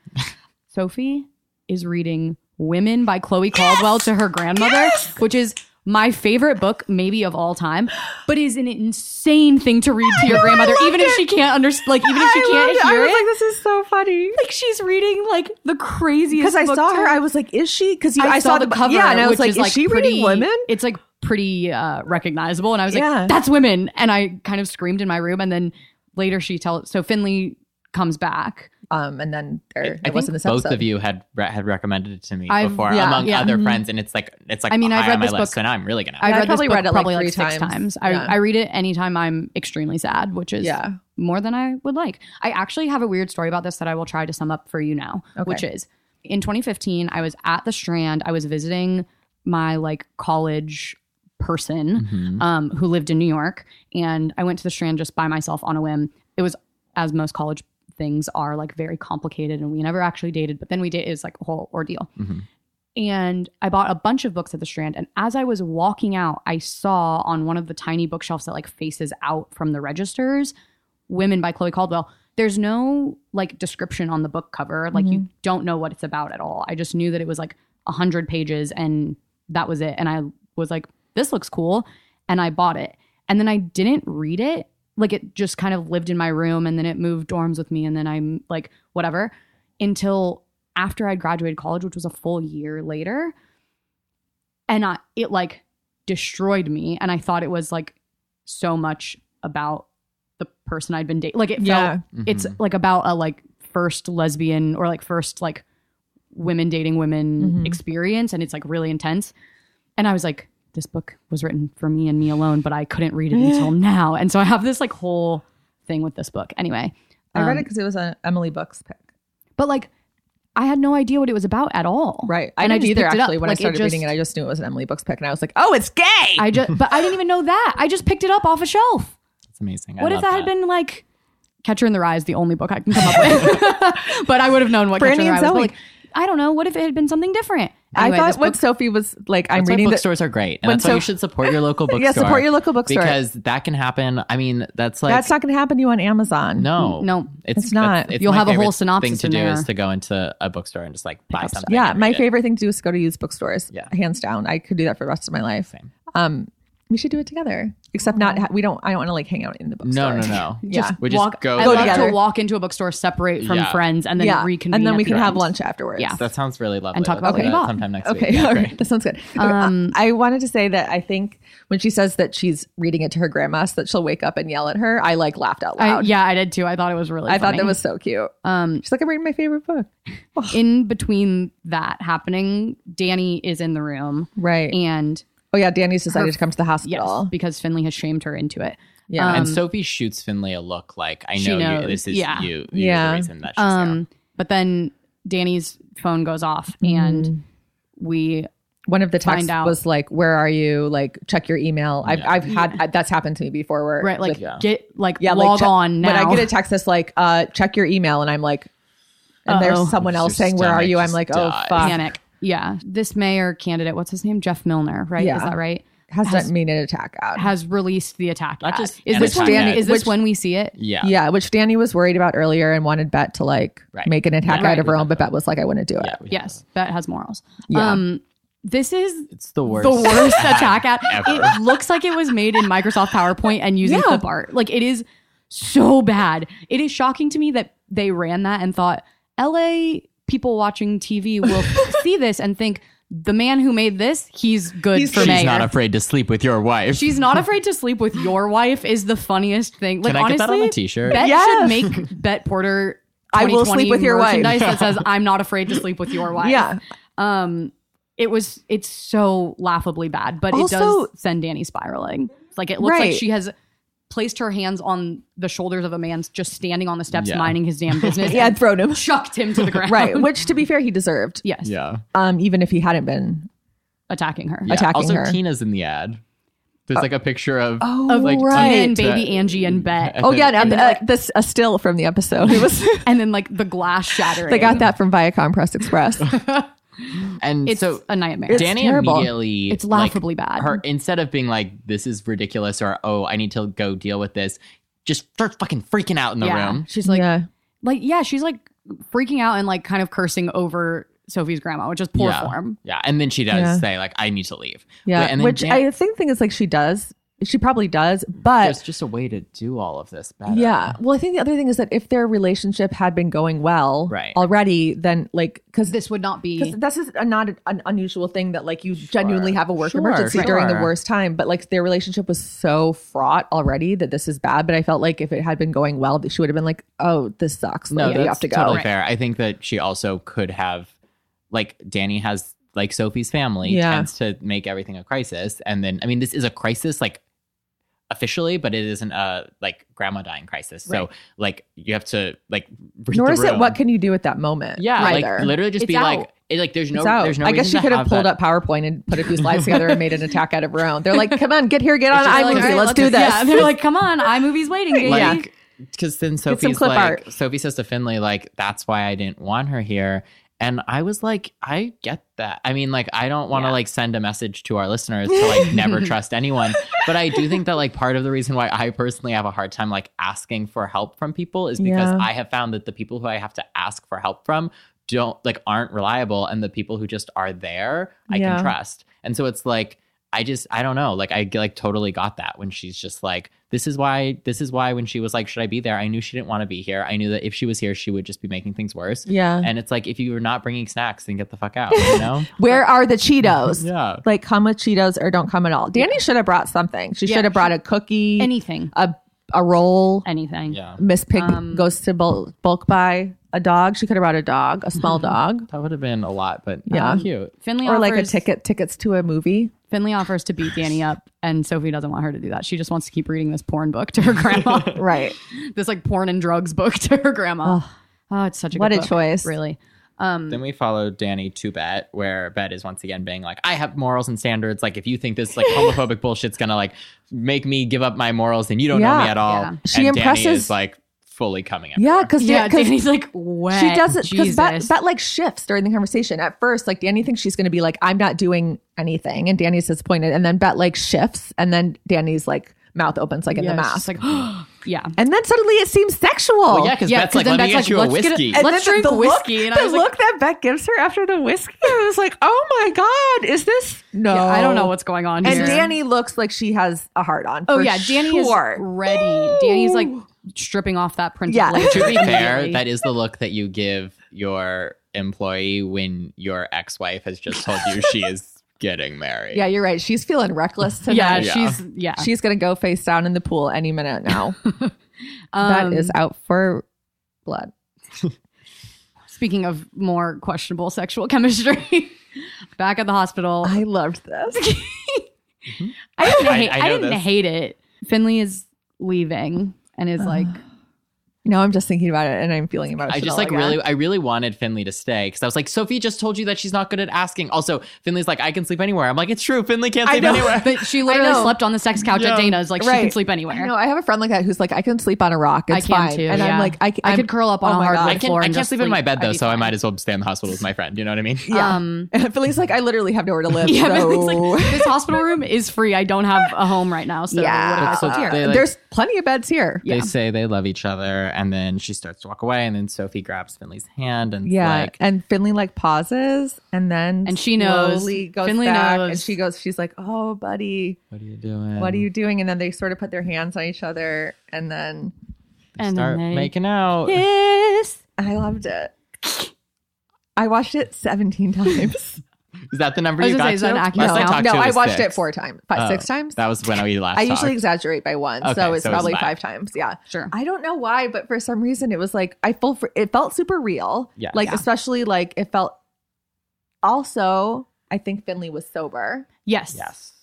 Sophie is reading Women by Chloe Caldwell to her grandmother, which is my favorite book, maybe of all time, but is an insane thing to read to your grandmother, even if she can't understand, like, even if she can't hear it. like, this is so funny. like, she's reading, like, the craziest Because I book saw to her, I was like, is she? Because I, saw, the bu- cover. Yeah, and I was which like, is, is she pretty, reading women? It's like pretty uh, recognizable, and I was Yeah. like, "That's women!" And I kind of screamed in my room. And then later, she tells. So Finley comes back. Um, and then there, I, I it think was in this both episode. of you had re- had recommended it to me I've- before, yeah, among yeah. other Mhm. friends, and it's like it's like I mean, high I've read on my this list, book- and I'm really gonna. I Yeah, I read probably this book read it, like, probably like three six times. times. I, Yeah. I read it anytime I'm extremely sad, which is Yeah. more than I would like. I actually have a weird story about this that I will try to sum up for you now, Okay. which is in 2015, I was at the Strand. I was visiting my like college Mm-hmm. person Mhm. um, who lived in New York. And I went to the Strand just by myself on a whim. It was, as most college things are, like very complicated, and we never actually dated. But then we did. It was like a whole ordeal. Mhm. And I bought a bunch of books at the Strand. And as I was walking out, I saw on one of the tiny bookshelves that like faces out from the registers, "Women" by Chloe Caldwell. There's no like description on the book cover. Like you don't know what it's about at all. I just knew that it was like a hundred pages, and that was it. And I was like, "This looks cool," and I bought it. And then I didn't read it. Like it just kind of lived in my room and then it moved dorms with me and then I'm like whatever until after I graduated college, which was a full year later. And I it like destroyed me and I thought it was like so much about the person I'd been dating. Like it felt Yeah. it's Mm-hmm. Mhm. like about a like first lesbian or like first like women dating women Mhm. experience and it's like really intense and i was like this book was written for me and me alone but i couldn't read it until now and so i have this like whole thing with this book anyway I read Um, it because it was an Emily Books pick. but like i had no idea what it was about at all Right. And I didn't just picked it up. actually. When Like, it I started just- reading it, I just knew it was an Emily Books pick. And I was like, oh, it's gay. i just but i didn't even know that i just picked it up off a shelf It's amazing. I what if love that, had been like Catcher in the Rye is the only book I can come up with, but I would have known what Brandy Catcher in the Rye and was. Zoe. But like, I don't know. What if it had been something different? I Anyway, thought this what book- Sophie was like, I'm That's why reading the- bookstores are great, and when that's why you Soph- should support your local bookstore. Yeah, support your local bookstore. because that can happen. I mean, that's like That's not going to happen to you on Amazon. no, Mm, No. it's, It's not. that's- You'll my have a whole favorite synopsis Thing in to do there. is to go into a bookstore and just like buy something. Yeah, and my read it. favorite thing to do is go to used bookstores. Yeah. hands down. I could do that for the rest of my life. Same. Um, we should do it together. Except not ha- we don't. I don't want to like hang out in the bookstore. No, no, no. Yeah. we just walk, go. I Go love together. to walk into a bookstore, separate from Yeah. friends, and then yeah, reconvene. and then at we the can have end. lunch afterwards. Yeah. That sounds really lovely. And talk Let's about what do you that bought. sometime next Okay, week. Yeah, all great. right. That sounds good. Okay, Um, I I wanted to say that I think when she says that she's reading it to her grandma, so that she'll wake up and yell at her. I like laughed out I, loud. yeah, I did too. I thought it was really. I thought funny. that was so cute. Um, She's like, I'm reading my favorite book. in between that happening, Danny is in the room, Right. and oh yeah, Danny's decided Her- to come to the yes, hospital. because Finley has shamed her into it. Yeah. Um, and Sophie shoots Finley a look like I She know knows. you. This is Yeah. you. Yeah. yeah. The reason that she's Um, but then Danny's phone goes off, Mm. and we One of the find texts out. was like, "Where are you? Like, check your email." I've Yeah. I've had that's happened to me before. Where right like with- yeah. get like yeah, log like, check- on now. When I get a text that's like, uh, check your email, and I'm like, and Uh-oh. there's someone Your else saying, "Where are stomach you?" I'm just like, "Oh dies. fuck." panic. Yeah, this mayor candidate, what's his name? Jeff Milner, right? Yeah. Is that right? Has, Has- done mean an attack out. Has released the attack. Not ad. just is an this attack when, ad. is this Which- when we see it? yeah. yeah, which Danny was worried about earlier and wanted Bet to like Right. make an attack Yeah. out of her Right. own, but Bet was like, "I wouldn't do it." Yeah, we- Yes, that has morals. Yeah. Um, this is It's the worst. the worst attack ad. Ever. It looks like it was made in Microsoft PowerPoint and using clip art. Like it is so bad. It is shocking to me that they ran that and thought LA people watching TV will see this and think the man who made this, he's good He's- for She's mayor. not afraid to sleep with your wife. She's not afraid to sleep with your wife is the funniest thing. Like Can I honestly, get that on a t-shirt? Bet Yeah. should make Bet Porter. I will sleep 2020 with your wife. merchandise that says "I'm not afraid to sleep with your wife." Yeah. Um, it was it's so laughably bad, but Also- it does send Danny spiraling. Like it looks Right. like she has placed her hands on the shoulders of a man just standing on the steps Yeah. minding his damn business. Yeah, I'd and thrown him. Um, chucked him to the ground. Right, which to be fair, he deserved. yes. Yeah. Um, even if he hadn't been. Attacking her. yeah. Attacking also, her. Tina's in the ad. There's like a picture of. Oh, like, Tina right. and baby Angie and Bet. Oh yeah, and, then, uh, like- this a still from the episode. It was And then like the glass shattering. they got that from Viacom Press Express. And It's so a nightmare. Danny terrible. immediately It's like, laughably bad. Her instead of being like, "This is ridiculous," or "Oh, I need to go deal with this," just starts fucking freaking out in the yeah. room. She's like, yeah. like, yeah, she's like freaking out and like kind of cursing over Sophie's grandma, which is poor yeah. form. Yeah, and then she does Yeah. say like, "I need to leave." Yeah, But- and then which Dan- I think thing is like she does. She probably does, but there's just a way to do all of this better. yeah. Well, I think the other thing is that if their relationship had been going well Right. already, then like because This would not be. because this is a, not an, an unusual thing that like you genuinely have a work Sure, emergency during the sure. worst time, but like their relationship was so fraught already that this is bad. But I felt like if it had been going well, she would have been like, "Oh, this sucks. no, Like, that's you have to go." totally Right. fair. I think that she also could have, like, Danny has like Sophie's family Yeah. tends to make everything a crisis, and then I mean, this is a crisis like officially, but it isn't a like grandma dying crisis. So like you have to like. read Nor the is it room. what can you do at that moment? Yeah, either. like literally just It's be like, out. it, like there's no, It's out. there's no. I guess reason she to could have pulled that. up PowerPoint and put a few slides together and made an attack out of her own. They're like, "Come on, get here, get on They're like, iMovie, "All right, let's do this." Yeah, they're like, come on, iMovie's waiting. baby." like because then some Sophie's clip like art. Sophie says to Finley like that's why I didn't want her here and I was like I get that I mean like I don't want to like send a message to our listeners to like never trust anyone but I do think that like part of the reason why I personally have a hard time like asking for help from people is because Yeah. I have found that the people who I have to ask for help from don't like aren't reliable and the people who just are there I Yeah. can trust and so it's like I just I don't know. Like I like totally got that when she's just like, this is why this is why when she was like, should I be there? I knew she didn't want to be here. I knew that if she was here, she would just be making things worse. yeah. And it's like if you were not bringing snacks, then get the fuck out. You know? Where are the Cheetos? yeah. Like, come with Cheetos or don't come at all. Danny should have brought something. She Yeah, should have brought a cookie, anything, a a roll. anything. Yeah. Miss Pig Um, goes to bulk, bulk buy a dog. She could have brought a dog, a small Mm-hmm. dog, That would have been a lot, but Yeah. cute. Finley or like a offers- ticket, tickets to a movie. Finley offers to beat Danny up, and Sophie doesn't want her to do that. She just wants to keep reading this porn book to her grandma, Right. this like porn and drugs book to her grandma. Oh, it's such a What good a book, choice. really. Then we follow Danny to Bet, where Bet is once again being like, I have morals and standards. Like if you think this like homophobic bullshit's gonna like make me give up my morals, then you don't know Yeah. me at all. Yeah. She and Danny impresses- is like fully coming at Yeah, her. because Yeah, Danny's like wet. she doesn't because Jesus. that, that like shifts during the conversation at first like danny thinks she's going to be like i'm not doing anything and danny's disappointed and then bet like shifts and then danny's like mouth opens like in Yeah, the it's mask just like, yeah. and then suddenly it seems sexual Well, yeah, because Yeah, Bet's 'cause like, then let me Bet's get you a like, "Let's get a- whiskey. and- then Let's drink whiskey. look, And I the was like- look that bet gives her after the whiskey i was like oh my god is this no Yeah, I don't know what's going on. and here. danny looks like she has a heart on oh for yeah, Danny sure. is ready. Danny's like stripping off that princess. Yeah. Leia to be fair, immediately. that is the look that you give your employee when your ex-wife has just told you she is getting married. yeah you're right she's feeling reckless tonight yeah, Yeah. she's yeah. She's gonna go face down in the pool any minute now. that Um, is out for blood. Speaking of more questionable sexual chemistry, back at the hospital, I loved this. I didn't, I- hate, I I know didn't this. hate it. Finley is leaving and is like, now I'm just thinking about it and I'm feeling emotional. I just like again. really, I really wanted Finley to stay because I was like, Sophie just told you that she's not good at asking. Also, Finley's like, I can sleep anywhere. I'm like, it's true. Finley can't I sleep know. anywhere. but she literally know. slept on the sex couch Yeah. at Dana's. Like she can Right. sleep I anywhere. know I have a friend like that who's like I can sleep on a rock. I It's can fine. too, and yeah. I'm like I, c- I I'm- could curl up on oh a my hard God. wood I can, floor I and can't just sleep in my bed I'd though, be so I fine. might as well stay in the hospital with my friend. You know what I mean? Yeah. Um, And Philly's like I literally have nowhere to live. yeah, so- but it's like this hospital room is free. I don't have a home right now, so yeah. That's so Uh, they, like- There's plenty of beds here. Yeah. They say they love each other, and then she starts to walk away, and then Sophie grabs Finley's hand and Yeah, like, and Finley like pauses, and then And she knows. slowly goes Finley back, knows. and she goes. She's like, "Oh, buddy, "What are you doing? what are you doing?" And then they sort of put their hands on each other, and then and start then they- making out?" Yes. I loved it. I watched it 17 times. Is that the number I was you got gonna say, is that to? an Last accurate no, I count? talked no, to I was watched six. it four times, five, Oh, six times. That was when we last. I usually talked. exaggerate by one, Okay, so it's so it's probably five. five times. Yeah, Sure. I don't know why, but for some reason, it was like I full. For, it felt super real. Yeah. like Yeah. especially like it felt. Also, I think Finley was sober, Yes. Yes.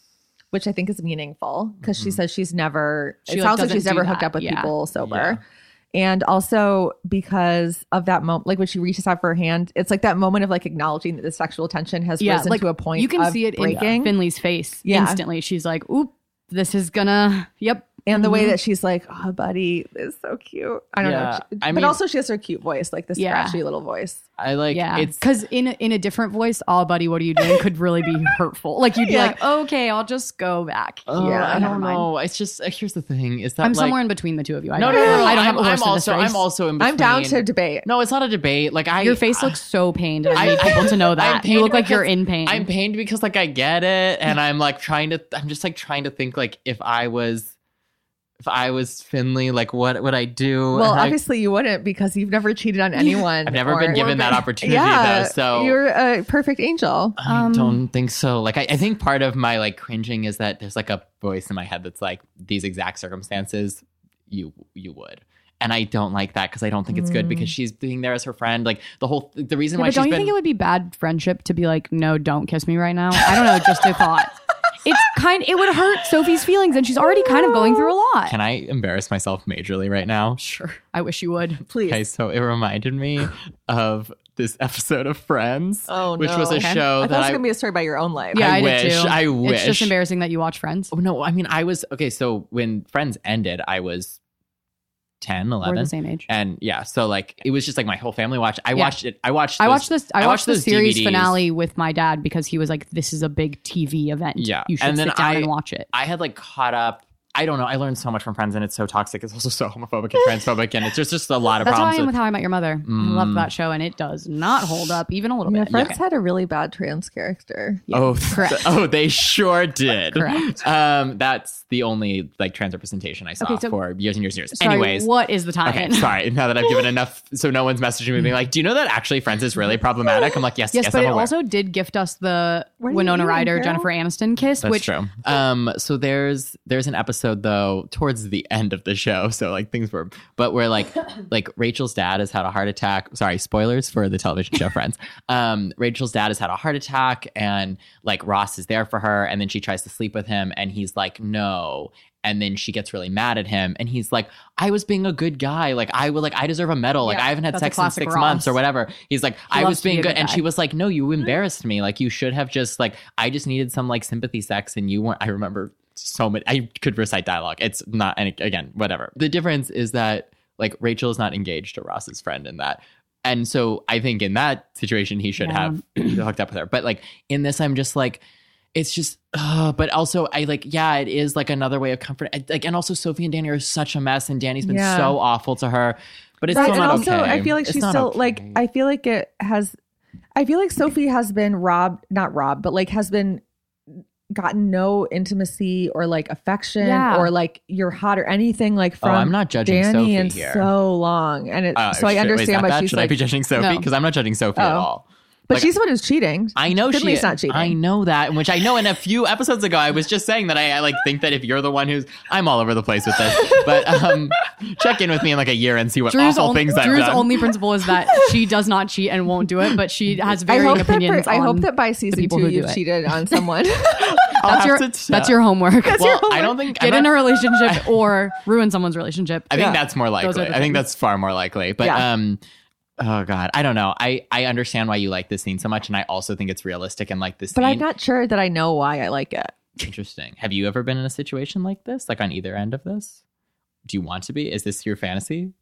which I think is meaningful because she Mhm. says she's never, She, it like, sounds like doesn't she's do never that. hooked up with Yeah. people sober. And also because of that moment, like when she reaches out for her hand, it's like that moment of like acknowledging that the sexual tension has Yeah, risen like, to a point. you can of see it breaking. in Finley's face Yeah. instantly. She's like, "Oop, this is gonna." Yep. and the way Mhm. that she's like, "Oh, buddy, it's so cute." I don't Yeah, know, I but mean- also she has her cute voice, like the Yeah. scratchy little voice. I like yeah, it's because in a, in a different voice, "Oh, buddy, what are you doing?" could really be hurtful. Like you'd be Yeah. like, "Okay, I'll just go back." Oh, Yeah, I never don't mind. know. It's just uh, here's the thing is that I'm like, somewhere in between the two of you. I no, don't, no, no, no, I don't I'm, have a horse I'm in also this race. I'm also in between. I'm down to debate. No, it's not a debate. Like I Your face I- looks so pained, and I I- need people to know that you pained look like you're because- in pain. I'm pained because like I get it, and I'm like trying to. I'm just like trying to think like if I was, if I was Finley, like what would I do? Well, And, like, obviously you wouldn't because you've never cheated on anyone. I've never or- been given that opportunity though, so you're a perfect angel. I um, don't think so. Like I, I think part of my like cringing is that there's like a voice in my head that's like these exact circumstances you you would. And I don't like that because I don't think it's good because she's being there as her friend. Like the whole the reason Mm. Yeah, why but don't she's you been think it would be bad friendship to be like, no, don't kiss me right now? I don't know, just a thought. It's kind. It would hurt Sophie's feelings, and she's already kind of going through a lot. Can I embarrass myself majorly right now? Sure. I wish you would. Please. Okay, so it reminded me of this episode of Friends, Oh no. which was a Okay. show I thought it that was I gonna be a story about your own life. Yeah, I I, did wish- too. I It's just wish. embarrassing that you watch Friends. Oh, no, I mean I was okay, so when Friends ended, I was 10, We're 11. the same age. And yeah, so like it was just like my whole family watched. I Yeah. watched it. I watched. I those- watched this. I, I watched, watched the those series DVDs. finale with my dad because he was like, "This is a big TV event. Yeah. you should And then sit down I- and watch it." I had like caught up. I don't know. I learned so much from Friends, and it's so toxic. It's also so homophobic and transphobic, and it's just, just a lot of That's how I problems. with- Mm. am with How I Met Your Mother. I love that show, and it does not hold up even a little Yeah, bit. Friends had a really bad trans character. oh, Correct. oh, they sure did. Correct. Um, that's the only like trans representation I saw Okay, so- for years and years and years. Sorry, Anyways. what is the time? Okay, sorry. Now that I've given enough, so no one's messaging me being like, "Do you know that actually Friends is really problematic?" I'm like, "Yes, yes, Yes, but I'm it aware. also did gift us the What are Winona you doing, Ryder, girl? Jennifer Aniston kiss, That's which true. Um, so there's there's an episode though towards the end of the show, so like things were, but where like like Rachel's dad has had a heart attack. Sorry, spoilers for the television show Friends. Um, Rachel's dad has had a heart attack, and like Ross is there for her, and then she tries to sleep with him, and he's like no, and then she gets really mad at him, and he's like I was being a good guy, like I would like I deserve a medal, like Yeah, I haven't had that's a sex in classic six Ross. months or whatever. He's like I loves was to be being a good, good and guy. she was like no, you Mm-hmm. embarrassed me, like you should have just like I just needed some like sympathy sex, and you weren't. I remember so much. I could recite dialogue. It's not, and again, whatever. The difference is that like Rachel is not engaged to Ross's friend in that. And so I think in that situation, he should Yeah. have hooked up with her. But like in this, I'm just like, it's just, uh, but also I like, yeah, it is like another way of comfort. I- Like, and also Sophie and Danny are such a mess, and Danny's been Yeah. so awful to her. But it's right. still and not also, okay. I feel like It's she's not still okay. like I feel like it has. I feel like Sophie has been robbed, not robbed, but like has been gotten no intimacy or like affection Yeah. or like you're hot or anything like oh, from I'm not judging Danny Sophie and here. so long, and it, Oh, so I shit, wait, is understand that why bad? she's Should I like, be judging Sophie? No. Because I'm not judging Sophie at Oh. all. but like- she's the one who's cheating. I know she Finley's is. not cheating. I know that, which I know. And a few episodes ago, I was just saying that I, I like think that if you're the one who's, I'm all over the place with this. But um, check in with me in like a year and see what Drew's, awful only, things I've Drew's done. only principle is that she does not cheat and won't do it, but she has varying I hope opinions. That, per- I on- hope that by season people two who do you've it. cheated on someone. I'll that's have your to check. that's your homework. Well, I don't think Get I'm in not- a relationship or ruin someone's relationship. I think that's more are likely. the I think things. that's far more likely. But Yeah. um, oh god, I don't know. I I understand why you like this scene so much, and I also think it's realistic and like this. but scene. I'm not sure that I know why I like it. interesting. Have you ever been in a situation like this? Like on either end of this? Do you want to be? Is this your fantasy?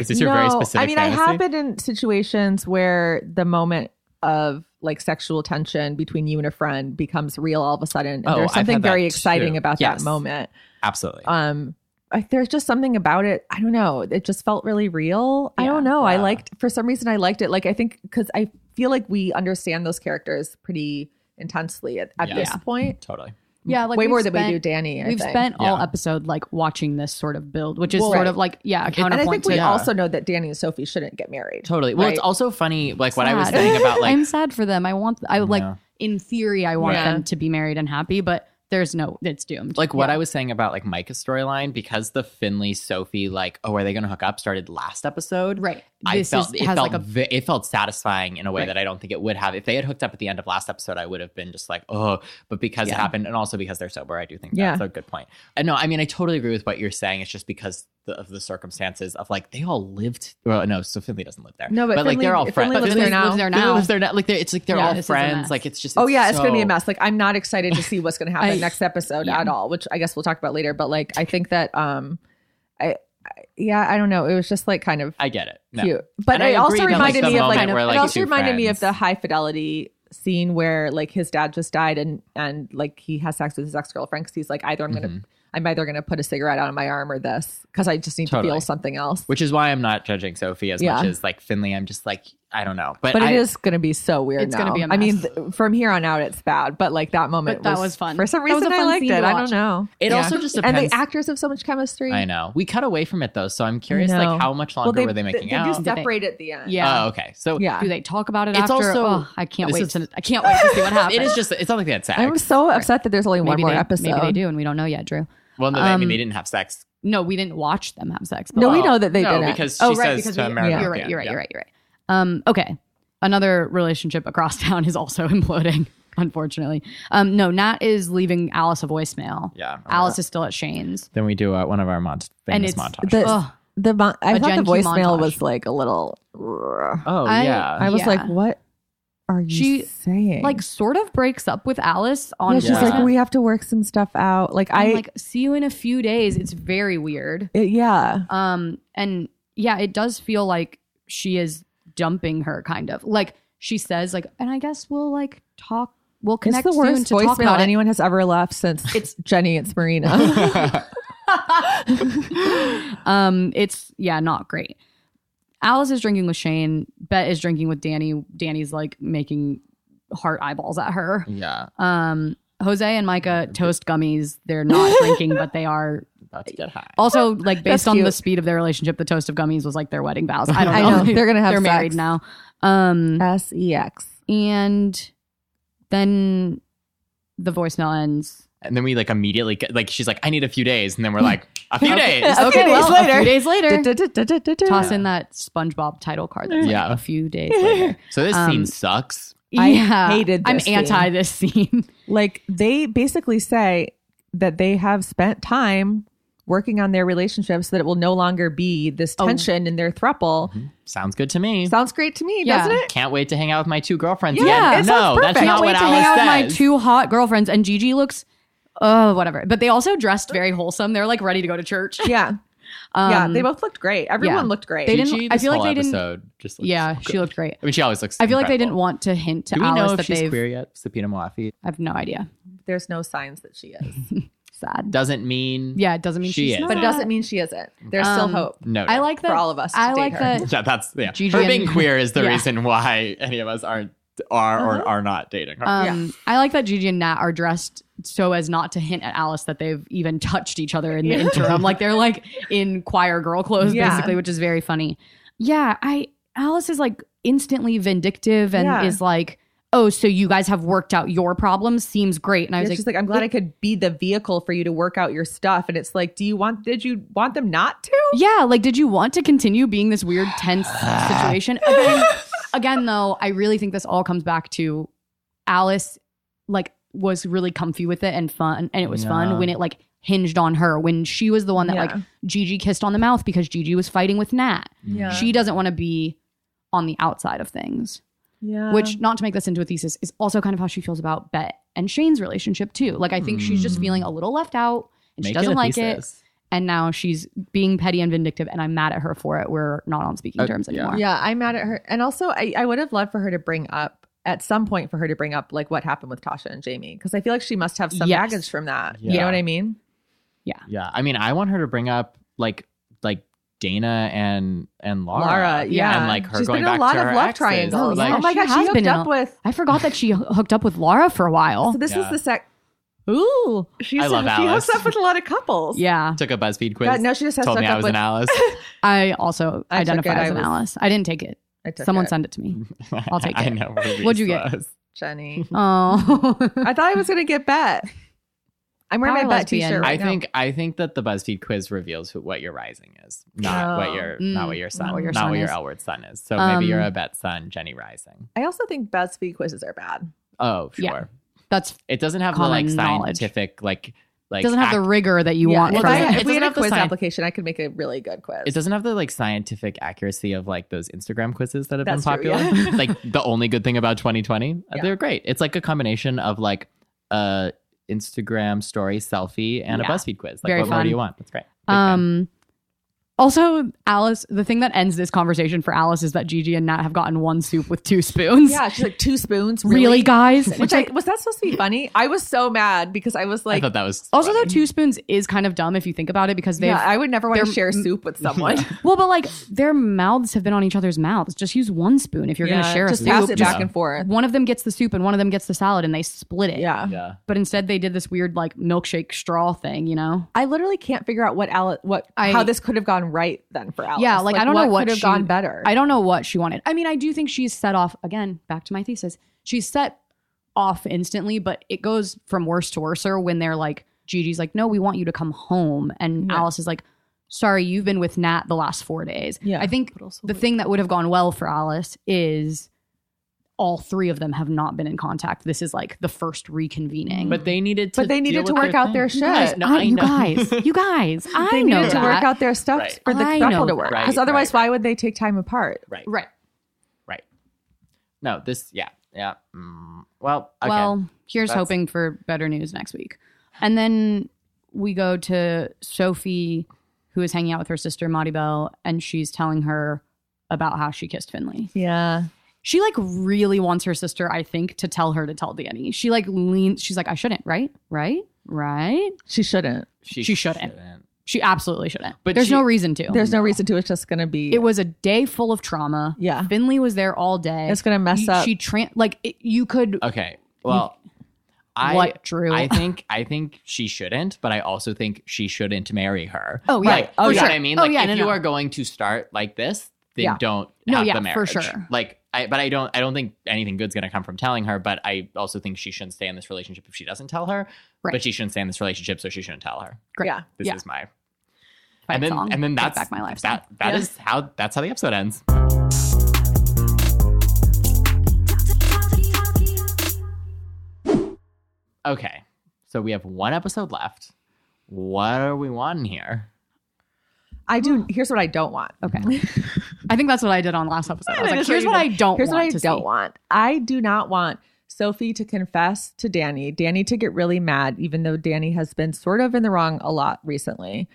Is this your very specific? I mean, fantasy? I have been in situations where the moment of like sexual tension between you and a friend becomes real all of a sudden. And Oh, there's I've had something very that exciting too. about Yes. that moment. Absolutely. Um, like there's just something about it. I don't know. It just felt really real. I Yeah. don't know. I Yeah. liked for some reason. I liked it. Like I think because I feel like we understand those characters pretty intensely at, at Yeah. this Yeah. point. totally. yeah, like Way we've more than we spent- do, Danny. I We've think. spent all Yeah. episode like watching this sort of build, which is Well, sort right. of like yeah, a and and I counterpoint think to we Yeah. also know that Danny and Sophie shouldn't get married. Totally. Well, it's Right. also funny, like what I was sad. saying about like I'm sad for them. I want I like Yeah. in theory I want Yeah. them to be married and happy, but there's no it's doomed. like what I was saying about like Micah's storyline because the Finley Sophie like oh are they going to hook up started last episode Right. I this felt is, it has felt like a ve- it felt satisfying in a way Right. that I don't think it would have if they had hooked up at the end of last episode. I would have been just like, oh, but because it Yeah. happened, and also because they're sober, I do think Yeah. that's a good point. And no, I mean, I totally agree with what you're saying. It's just because the, of the circumstances of like they all lived. Well, no, so Finley doesn't live there. No, but like Finley- they're all if friends. Finley lives Finley there now- lives there Finley now. lives there now. Like they're, it's like they're Yeah, all this is a friends. mess. Like it's just. oh yeah, it's gonna be a so- mess. Like I'm not excited to see what's gonna happen I- next episode yeah. at all, which I guess we'll talk about later. But like I think that um I, I yeah, I don't know. It was just like kind of I get it. No. cute. But And I it also agree that, like, reminded the me of like, moment where, it like, also two reminded me of friends- the high fidelity scene where like his dad just died and and like he has sex with his ex girlfriend because he's like either I'm gonna Mhm. I'm either gonna put a cigarette out on my arm or this because I just need to Totally. feel something else. Which is why I'm not judging Sophie as much Yeah. as like Finley. I'm just like I don't know, but, but I, it is going to be so weird. It's now. gonna be a I mean, mess. th- from here on out, it's bad. But like that moment, But that was fun. For some That was a reason, I fun liked scene it. to I watch. don't know. It Yeah. also just and depends. the actors have so much chemistry. I know. We cut away from it though, so I'm curious I know. like how much longer well, they, were they making they, out? do separate at the end. yeah. Oh, okay. So yeah. Do they talk about it It's after? also- Ugh, I can't this wait is- to I can't wait to see what happens. it is just it's not like they had sex. I'm so upset that there's only one maybe more they, episode. Maybe they do, and we don't know yet, Drew. well, no, they- I mean um, they didn't have sex. No, we didn't watch them have sex. But No, Well, we know that they no, didn't. because Oh, she right, says because to we- Meredith, you're right. You're right. yeah. You're right. You're right. Um, okay. Another relationship across town is also imploding, unfortunately. Um, no, Nat is leaving Alice a voicemail. Yeah, I remember Alice is still at Shane's. Then we do uh, one of our mont- And famous it's- montages. The- Ugh. the mon- I A thought Gen the Q voicemail montage. was like a little. oh I- yeah. I was Yeah. like, what are you She, saying? Like, sort of breaks up with Alice on yeah, she's Yeah. like, we have to work some stuff out. Like i I, like, see you in a few days. It's very weird. it- yeah, Um, and yeah, it does feel like she is dumping her, kind of. Like she says, like, and I guess we'll like talk. We'll it's connect the soon worst to talk voicemail about it. anyone has ever left since it's Jenny. It's Marina. um, it's yeah, not great. Alice is drinking with Shane. Bet is drinking with Danny. Danny's like making heart eyeballs at her. yeah. Um, Jose and Micah toast gummies. They're not drinking, but they are. About to get high. Also, like based That's on the cute. speed of their relationship, the toast of gummies was like their wedding vows. I don't know. I know. They're gonna have they're sex. married now. Um, S E X. and then the voicemail ends. And then we like immediately get- like she's like I need a few days, and then we're like a few days. A few days well, a later. few days later, toss Toss in that SpongeBob title card. That's yeah, Yeah. a few days later. So this Um, scene sucks. I hated I'm this anti scene. this scene. Like they basically say that they have spent time working on their relationship so that it will no longer be this Oh. tension in their thruple. Sounds good to me. Sounds great to me, Yeah. doesn't it? Can't wait to hang out with my two girlfriends. Yeah, again. it sounds no, that's perfect. not Can't what wait to Alice hang out with my says. two hot girlfriends. And Gigi looks, oh, whatever. But they also dressed very wholesome. They're like ready to go to church. Yeah. yeah. Um, They both looked great. Everyone yeah. looked great. They didn't- Gigi, I this feel like whole they didn't- episode Just looks yeah, so she good. looked great. I mean, she always looks. I feel like they incredible. didn't want to hint to Do we Alice know if that she's they've. queer yet? Sabina Moafi I have no idea. There's no signs that she is. Sad. doesn't mean. Yeah, it doesn't mean She she's is. not. but it doesn't mean she isn't. There's Um, still hope. No. I like for that all of us to I date like her. that. Yeah, that's yeah. Gigi her and- being queer is the Yeah. Uh-huh. reason why any of us aren't are or are not dating her. Um, I like that Gigi and Nat are dressed so as not to hint at Alice that they've even touched each other in the interim. Like they're like in choir girl clothes, Yeah. basically, which is very funny. Yeah, I Alice is like instantly vindictive and Yeah. is like, "Oh, so you guys have worked out your problems? Seems great." And I was It's like, just like, I'm glad I could be the vehicle for you to work out your stuff. And it's like, do you want, did you want them not to? Yeah, like did you want to continue being this weird tense situation? Again, again though, I really think this all comes back to Alice like was really comfy with it and fun and it was Yeah. fun when it like hinged on her when she was the one that Yeah. like Gigi kissed on the mouth because Gigi was fighting with Nat. Yeah. She doesn't want to be on the outside of things, Yeah. which not to make this into a thesis is also kind of how she feels about Bet and Shane's relationship too. Like I think she's just Mm. feeling a little left out and Make she it doesn't a like it thesis. and now she's being petty and vindictive and i'm mad at her for it we're not on speaking Uh, terms yeah. anymore Yeah, I'm mad at her. And also, I, I would have loved for her to bring up at some point for her to bring up like what happened with Tasha and Jamie because I feel like she must have some Yes. baggage from that. You Yeah. know what I mean? Yeah, I mean, I want her to bring up like like Dana and and Laura. Laura, yeah. and like her She's going been back in a lot to of her love exes. triangles. yeah. oh Like, my She gosh, has she been hooked in up a- with. i forgot that she hooked up with laura for a while So this Yeah. is the sec. Ooh, she's, I love she Alice. hooks up with a lot of couples. yeah took a BuzzFeed quiz. God, no, she just has told hooked me I up was with. an Alice. i also I took identify it. as I an was- alice i didn't take it I took someone it. sent it to me I'll take I it. know. What'd you get? Reese was. Jenny. oh I thought I was gonna get bet. I'm wearing Power my butt lesbian. t-shirt. I Right now. think I think that the BuzzFeed quiz reveals who, what your rising is, not Oh. what your Mm. not what your sun, Not not what what your your, sun is. L-word sun is. So maybe you're Um, a bet sun, Jenny rising. I also think BuzzFeed quizzes are bad. Oh, sure. Yeah. That's It doesn't have the Common like knowledge. scientific like like doesn't have the ac- rigor that you Yeah, want If, from I, it. if it. It we doesn't had a have the quiz science- application, I could make a really good quiz. it doesn't have the like scientific accuracy of like those Instagram quizzes that have That's been true, popular. yeah. like the only good thing about 2020, Yeah. they're great. It's like a combination of like a Instagram story selfie and Yeah. a BuzzFeed quiz. Like Very what more fun. do you want? That's great. Big fan. Um, also, Alice, the thing that ends this conversation for Alice is that Gigi and Nat have gotten one soup with two spoons. Yeah, she's like two spoons. really, guys? Which I was that supposed to be funny? I was so mad because I was I like, thought that was also, though, funny. two spoons is kind of dumb if you think about it because they. yeah, I would never want to they're- share soup with someone. well, but like their mouths have been on each other's mouths. Just use one spoon if you're going to Yeah, share a just soup. pass it just- back and forth. one of them gets the soup and one of them gets the salad and they split it. Yeah. yeah. But instead, they did this weird like milkshake straw thing, you know? I literally can't figure out what Alice, what I- how this could have gone right then for Alice. Yeah, like, I don't know what could have she- gone better. I don't know what she wanted. I mean, I do think she's set off again, back to my thesis. She's set off instantly, but it goes from worse to worser when they're like, Gigi's like, no, we want you to come home. And Yeah. Alice is like, sorry, you've been with Nat the last four days. Yeah. I think the thing that would have gone well for Alice is all three of them have not been in contact. This is like the first reconvening. But they needed to But they needed deal to with work out thing. their you guys, shit. No, I- I Oh, you know. guys, you guys, I They know needed to work that. out their stuff Right. for the I couple know to work. that. Because Right, otherwise, right, why would they take time apart? Right. Right. Right. No, this yeah. Yeah. Mm, well, okay. Well, here's That's- hoping for better news next week. And then we go to Sophie, who is hanging out with her sister Maribel, and she's telling her about how she kissed Finley. Yeah. She like really wants her sister, I think, to tell her to tell Danny. She like leans. She's like, I shouldn't. Right. Right. Right. She shouldn't. she shouldn't. She absolutely shouldn't. But But there's she- Oh, no reason to. There's no reason to. It's just going to be. It was a day full of trauma. Yeah. Finley was there all day. It's gonna mess You- up. She tran like it, you could. Okay. Well, I what Drew? I think I think she shouldn't, but I also think she shouldn't marry her. Oh, yeah. Like, Oh, you yeah. know what I mean? Oh, Like yeah, if no, you no. are going to start like this, then Yeah. don't No, have yeah, the for marriage. sure. Like I but I don't I don't think anything good's gonna come from telling her, but I also think she shouldn't stay in this relationship if she doesn't tell her. Right. But she shouldn't stay in this relationship, so she shouldn't tell her. Great. Yeah. This Yeah. is my Fight and then song. and then Take that's back my life. That that Yeah. is how that's how the episode ends. Okay, so we have one episode left. What are we wanting here? I do. Here's what I don't want. Okay. I think that's what I did on last episode. I was That like, is here's what what I you don't Here's want what I to don't see. want. I do not want Sophie to confess to Danny, Danny to get really mad, even though Danny has been sort of in the wrong a lot recently.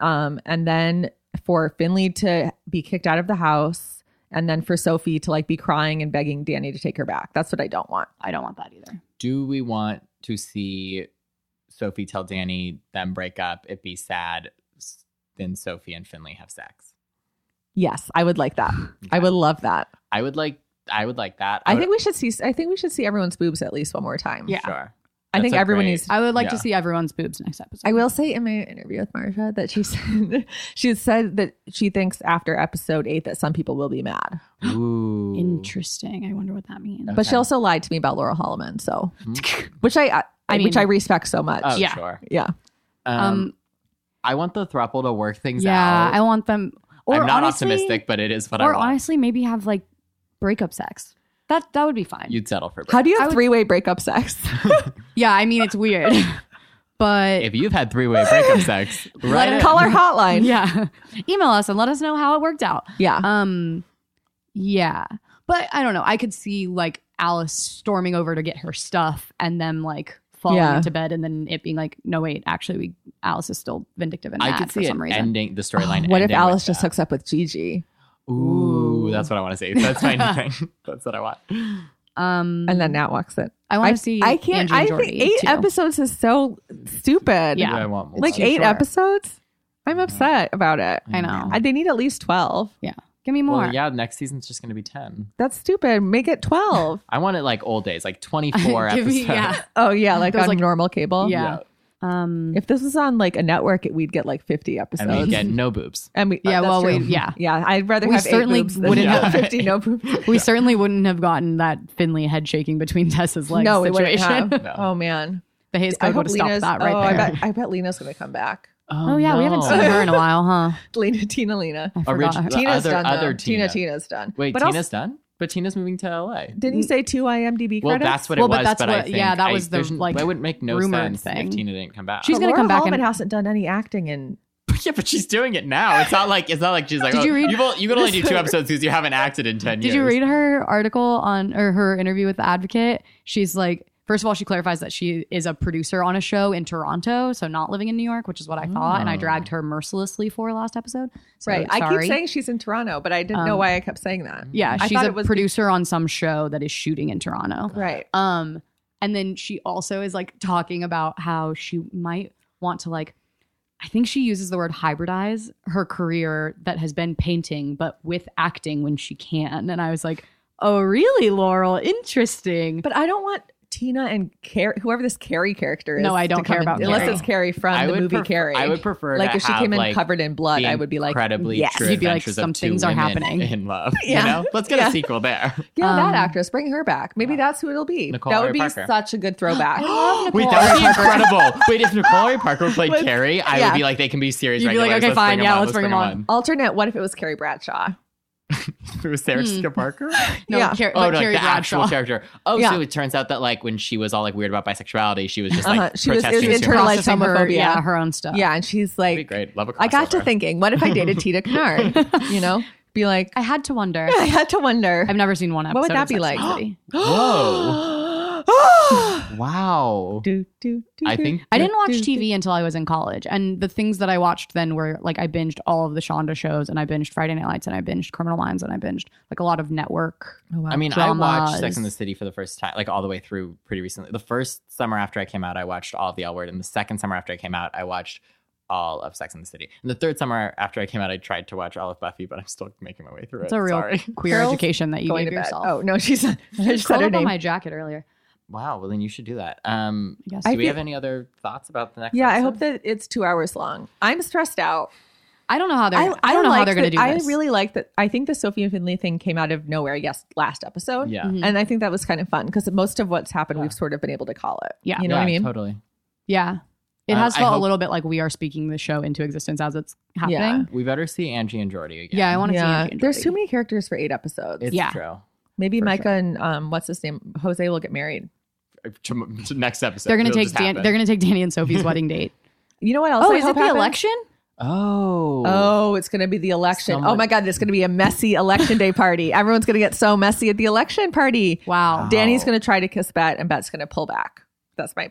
Um, and then for Finley to be kicked out of the house, and then for Sophie to like be crying and begging Danny to take her back. That's what I don't want. I don't want that either. Do we want to see Sophie tell Danny them break up? It be sad. s- Then Sophie and Finley have sex. Yes, I would like that. I would love that. I would like. I would like that. I would- think we should see. I think we should see everyone's boobs at least one more time. Yeah. Sure. I think That's a everyone great- needs to I would like to Yeah. see everyone's boobs next episode. I will say in my interview with Marsha that she said she said that she thinks after episode eight that some people will be mad, Ooh. Interesting. I wonder what that means. but she Okay. also lied to me about Laurel Holloman, so Mm. which I, I, I which mean- I respect so much. Oh, Yeah. sure. Yeah, Um, Um, I want the throuple to work things yeah, out. I want them. Or I'm not honestly, optimistic, but it is what I Or want. honestly, maybe have like breakup sex. That that would be fine. You'd settle for. how do you I have would- three way breakup sex? yeah, I mean it's weird, but if you've had three way breakup sex, right? Call our hotline. yeah, email us and let us know how it worked out. yeah. Um, yeah, but I don't know. I could see like Alice storming over to get her stuff and them like falling Yeah. into bed and then it being like, no, wait, actually, we Alice is still vindictive and I mad could for see it some reason. ending the storyline. what if ending Alice with just that. hooks up with Gigi Ooh, that's what I want to see. That's my new thing. That's what I want. Um, and then Nat walks in? I want to see. I can't. Angie and I Jordy, think eight too. episodes is so stupid. Yeah. I want more. Oh like too eight short. episodes. I'm upset about it. I know. I, they need at least twelve. Give me more. Well, yeah, next season's just going to be 10. That's stupid. Make it twelve. I want it like old days, like 24 Give episodes. me, yeah, Oh yeah, like Those, on like- normal cable. yeah. Um, If this was on like a network, it, we'd get like fifty episodes. And we get no boobs. And we- uh, yeah. that's Well, we, true. yeah, yeah. I'd rather We have eight certainly boobs than wouldn't have- fifty no boobs. we certainly wouldn't have gotten that Finley head shaking between Tessa's legs no, we wouldn't situation. have. No. Oh man, The Hayes Code would have stopped that right oh, there. I bet, I bet Lena's going to come back. oh yeah, we haven't no. seen her in a while, huh? Lena, Tina, Lena. I forgot. Orig- The Tina's other- done. though. other Tina. Tina. Tina's done. Wait, But Tina's also- done? But Tina's moving to LA. Didn't you say two IMDb Well, credits? that's what it Well, but was. that's I what- think yeah, that I- was the, there's- like, That would make no rumored sense thing. if Tina didn't come back. She's But gonna Laura come back and- Halman hasn't done any acting in. yeah, but she's doing it now. It's not like it's not like she's like. Did oh, you read- You've only, you can only do two episodes because you haven't acted in ten years. Did you read her article on or her interview with the advocate? She's like, first of all, she clarifies that she is a producer on a show in Toronto, so not living in New York, which is what I thought, and I dragged her mercilessly for last episode. So, right. I sorry. keep saying she's in Toronto, but I didn't know Um, why I kept saying that. yeah, I she's thought a it was producer on some show that is shooting in Toronto. Right. Um, and then she also is like talking about how she might want to like, I think she uses the word hybridize her career that has been painting, but with acting when she can. And I was like, oh, really, Laurel? Interesting. But I don't want Tina and Carrie, whoever this Carrie character is. No, I to don't come care in- about unless Carrie. it's Carrie from I the would movie prefer- Carrie. I would prefer like to if she have, came in like, covered in blood, The I would be like, incredibly yes. true You'd be like, adventures of some two things are women happening. in love. Yeah. You know, let's get Yeah. a sequel there. Yeah, Um, that actress. Bring her back. Maybe that's who it'll be. Nicole that would Mary be Parker. such a good throwback. Wait, that would be incredible. Wait, if Nicole Mary Parker played Carrie, I yeah. would be like, they can be series You'd be like, regulars. let's bring okay, fine, them yeah, on, let's bring them on. Alternate. What if it was Carrie Bradshaw? It was Hmm. Sarah Jessica Parker? No, Yeah. Car- Oh, like no, Carrie the Bradshaw. actual character. Oh, Yeah. so it turns out that like when she was all like weird about bisexuality, she was just like Uh-huh. She was- it was protesting. internal- super- Internalized Processing her, homophobia. yeah, her own stuff. Yeah, and she's That'd be like, great. Love a I got to crossover. thinking, what if I dated Tina Kennard? you know, be like, I had to wonder. I had to wonder. I've never seen one episode. What would that of be Sex like? and the City. Whoa! do, Wow! do, do, I do. think I didn't watch Do, do, TV until I was in college, and the things that I watched then were like I binged all of the Shonda shows, and I binged Friday Night Lights, and I binged Criminal Minds, and I binged like a lot of network. Oh, wow. I mean, I Dramas. watched Sex and the City for the first time, like all the way through pretty recently. The first summer after I came out, I watched all of The L Word. And the second summer after I came out, I watched all of Sex and the City. And the third summer after I came out, I tried to watch all of Buffy, but I'm still making my way through It's it. a real Sorry. queer Girls education that you going gave to bed. yourself. Oh no, she's. I just said Called her up on name. my jacket earlier. Wow. Well, then you should do that. Um, I guess. do I, I we feel- have any other thoughts about the next yeah, I episode? hope that it's two hours long. I'm stressed out. don't know how they're. I, don't know how like they're going to that- do I this. really like that. I think the Sophie and Finley thing came out of nowhere. Yes, last episode. Yeah. Mhm. and I think that was kind of fun because most of what's happened, we've sort of been able to call it. Yeah. you know what I Yeah, mean. Totally. Yeah. It Uh, has I felt a hope- little bit like we are speaking the show into existence as it's happening. Yeah. Yeah, We better see Angie and Jordy again. I want to see. Yeah, Angie and there's Jordy. too many characters for eight episodes. It's Yeah. true. Maybe for Micah sure. and um, what's his name, Jose will get married. To, to next episode. They're going to It'll take just Dan- happen. they're going to take Danny and Sophie's wedding date. You know what else? Oh, I is hope it the happens? election? Oh. Oh, it's going to be the election. Oh Someone- my God, there's going to be a messy election day party. Everyone's going to get so messy at the election party. Wow. Danny's Wow. going to try to kiss Bet, and Bet's going to pull back. That's my.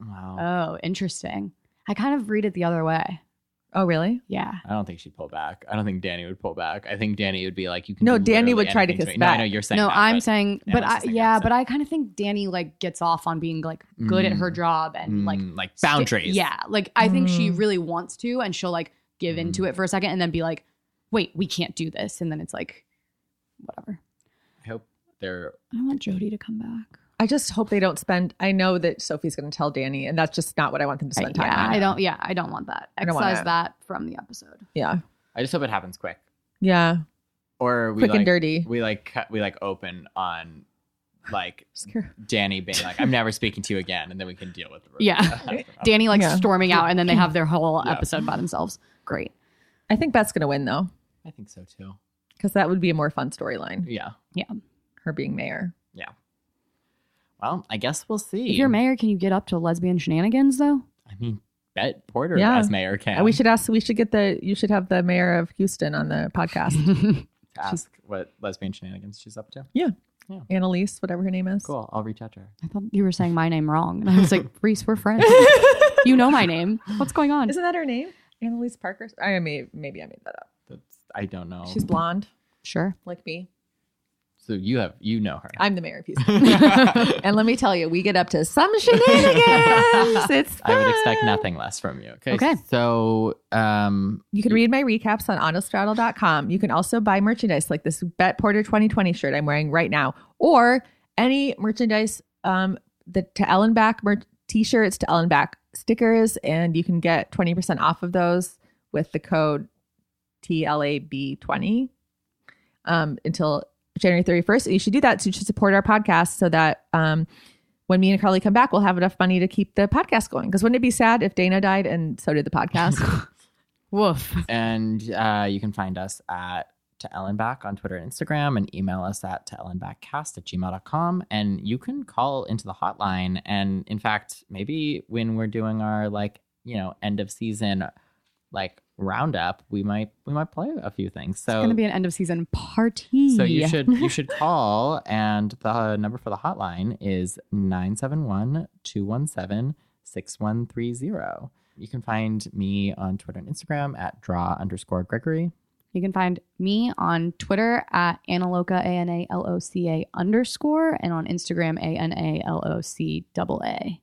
Wow. Oh, interesting. I kind of read it the other way. Oh, really? Yeah. I don't think she'd pull back. I don't think Danny would pull back. I think Danny would be like, "You can." No, do Danny would literally try to anything kiss me. No, I back. know you're saying. No, that, I'm but- saying, Yeah, but that's I, the thing yeah, I'm but I kind of think Danny like gets off on being like good at her Mm. job and like Mm, like sti- boundaries. yeah, like I think she Mm. really wants to, and she'll like give into it for a second, and then be like, "Wait, we can't do this," and then it's like, whatever. I hope they're. I want Jody to come back. I just hope they don't spend. I know that Sophie's going to tell Danny, and that's just not what I want them to I, spend time Uh, yeah, on. I don't. Yeah, I don't want that. I don't want Excise it. that from the episode. Oh. Yeah. I just hope it happens quick, Yeah. or we Quick like, and dirty. We like cut. We like open on like Scare- Danny being like, "I'm never speaking to you again," and then we can deal with. The Yeah. I don't know. Danny like Yeah. storming out, and then they have their whole Yeah. episode by themselves. Great. I think Bet's going to win, though, I think so too. because that would be a more fun storyline, Yeah. her being mayor. Well, I guess we'll see. If you're mayor, can you get up to lesbian shenanigans though? I mean, Bet Porter Yeah. as mayor can. And we should ask, we should get the, you should have the mayor of Houston on the podcast, ask what lesbian shenanigans she's up to. Annalise, whatever her name is. Cool. I'll reach out to her. I thought you were saying my name wrong. And I was like, Reese, we're friends. you know my name. What's going on? Isn't that her name? Annalise Parker? I may, maybe I made that up. That's. I don't know. She's blonde, Sure. like me. so you have you know her. I'm the mayor of Houston. and let me tell you, we get up to some shenanigans. It's uh, I would fun. expect nothing less from you. Okay. Okay. So, um, You can read my recaps on autostraddle.com. You can also buy merchandise like this Bet Porter 2020 shirt I'm wearing right now, or any merchandise, um, the to Ellen Back mer- t shirts, to Ellen Back stickers, and you can get 20% off of those with the code TLAB20 um, until January 31st. And you should do that. So you should support our podcast so that um, when me and Carly come back, we'll have enough money to keep the podcast going. Because wouldn't it be sad if Dana died and so did the podcast? Woof. And uh, you can find us at To Ellen Back on Twitter and Instagram and email us at To Ellen Backcast at gmail.com. And you can call into the hotline. And in fact, maybe when we're doing our like, you know, end of season like roundup, we might we might play a few things. It's So gonna be an end of season party. Oh. so you should you should call and the number for the hotline is 971-217-6130. You can find me on Twitter and Instagram at draw underscore Gregory. You can find me on Twitter at Analoca, A N A L O C A underscore, and on Instagram, A N A L O C double A.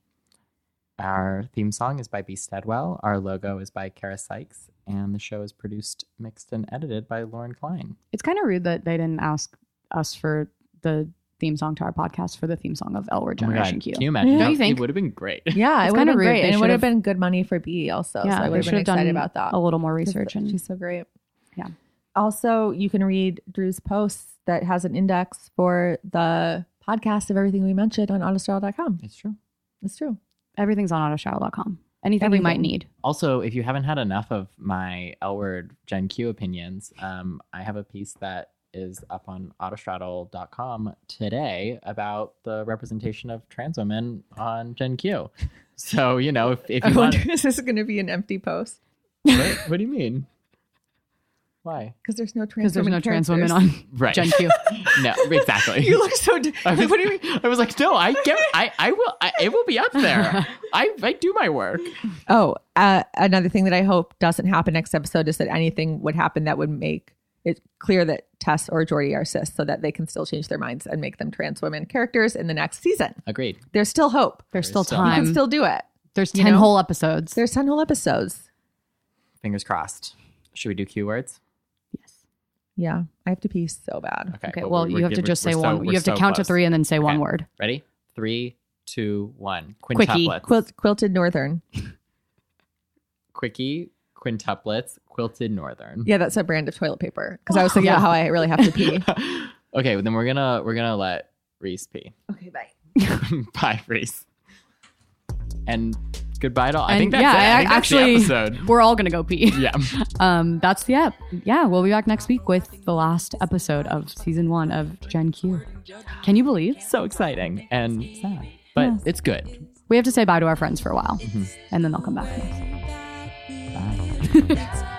Our theme song is by B. Steadwell. Our logo is by Kara Sykes. And the show is produced, mixed, and edited by Lauren Klein. It's kind of rude that they didn't ask us for the theme song to our podcast for the theme song of L Word Oh my Generation God. Q. Can you imagine? Don't That- you think? It would have been great. yeah, It's it would kinda have been rude. great. They And it would should've- have been good money for B also. so I yeah, would they have should been have done excited about that. a little more Because research. And she's so great. Yeah. Also, you can read Drew's posts that has an index for the podcast of everything we mentioned on honesttrial.com. It's true. It's true. everything's on autoshow.com. Anything you might Everything. need. Also, if you haven't had enough of my L word Gen Q opinions, um, I have a piece that is up on autostraddle.com today about the representation of trans women on Gen Q. So, you know, if, if I you want. wonder is this going to be an empty post what, what do you mean? Why? because there's no trans Because there's no trans women characters. on Right. Gen Q. no, exactly. You look so. d- I was, like, what do you mean? I was like, no, I get, I, I will, I, it will be up there. I, I do my work. Oh, uh, another thing that I hope doesn't happen next episode is that anything would happen that would make it clear that Tess or Jordy are cis, so that they can still change their minds and make them trans women characters in the next season. Agreed. There's still hope. There's still still- You You time. can still do it. there's you 10 know? whole episodes. There's ten whole episodes. Fingers crossed. Should we do Q words? yes. Yeah, I have to pee so bad. Okay, but well, we're- you we're have to giving- just we're say so- one. we're you have to so count close. to three and then say one Okay. word. Ready? Three, two, one. Quickie. Quintuplets. Quilt, quilted northern. Quickie, quintuplets, quilted northern. Yeah, that's a brand of toilet paper. Because I was thinking Yeah. about how I really have to pee. okay, well, then we're gonna we're gonna let Reese pee. okay, bye. Bye, Reese. And goodbye to all. I And think that's yeah, it. I I- think that's the actually- episode. We're all going to go pee. Yeah. Um, that's the app. Yeah, we'll be back next week with the last episode of season one of Gen Q. Can you believe? so exciting and sad, but it's good. Mm-hmm. We have to say bye to our friends for a while, and then they'll come back. Bye.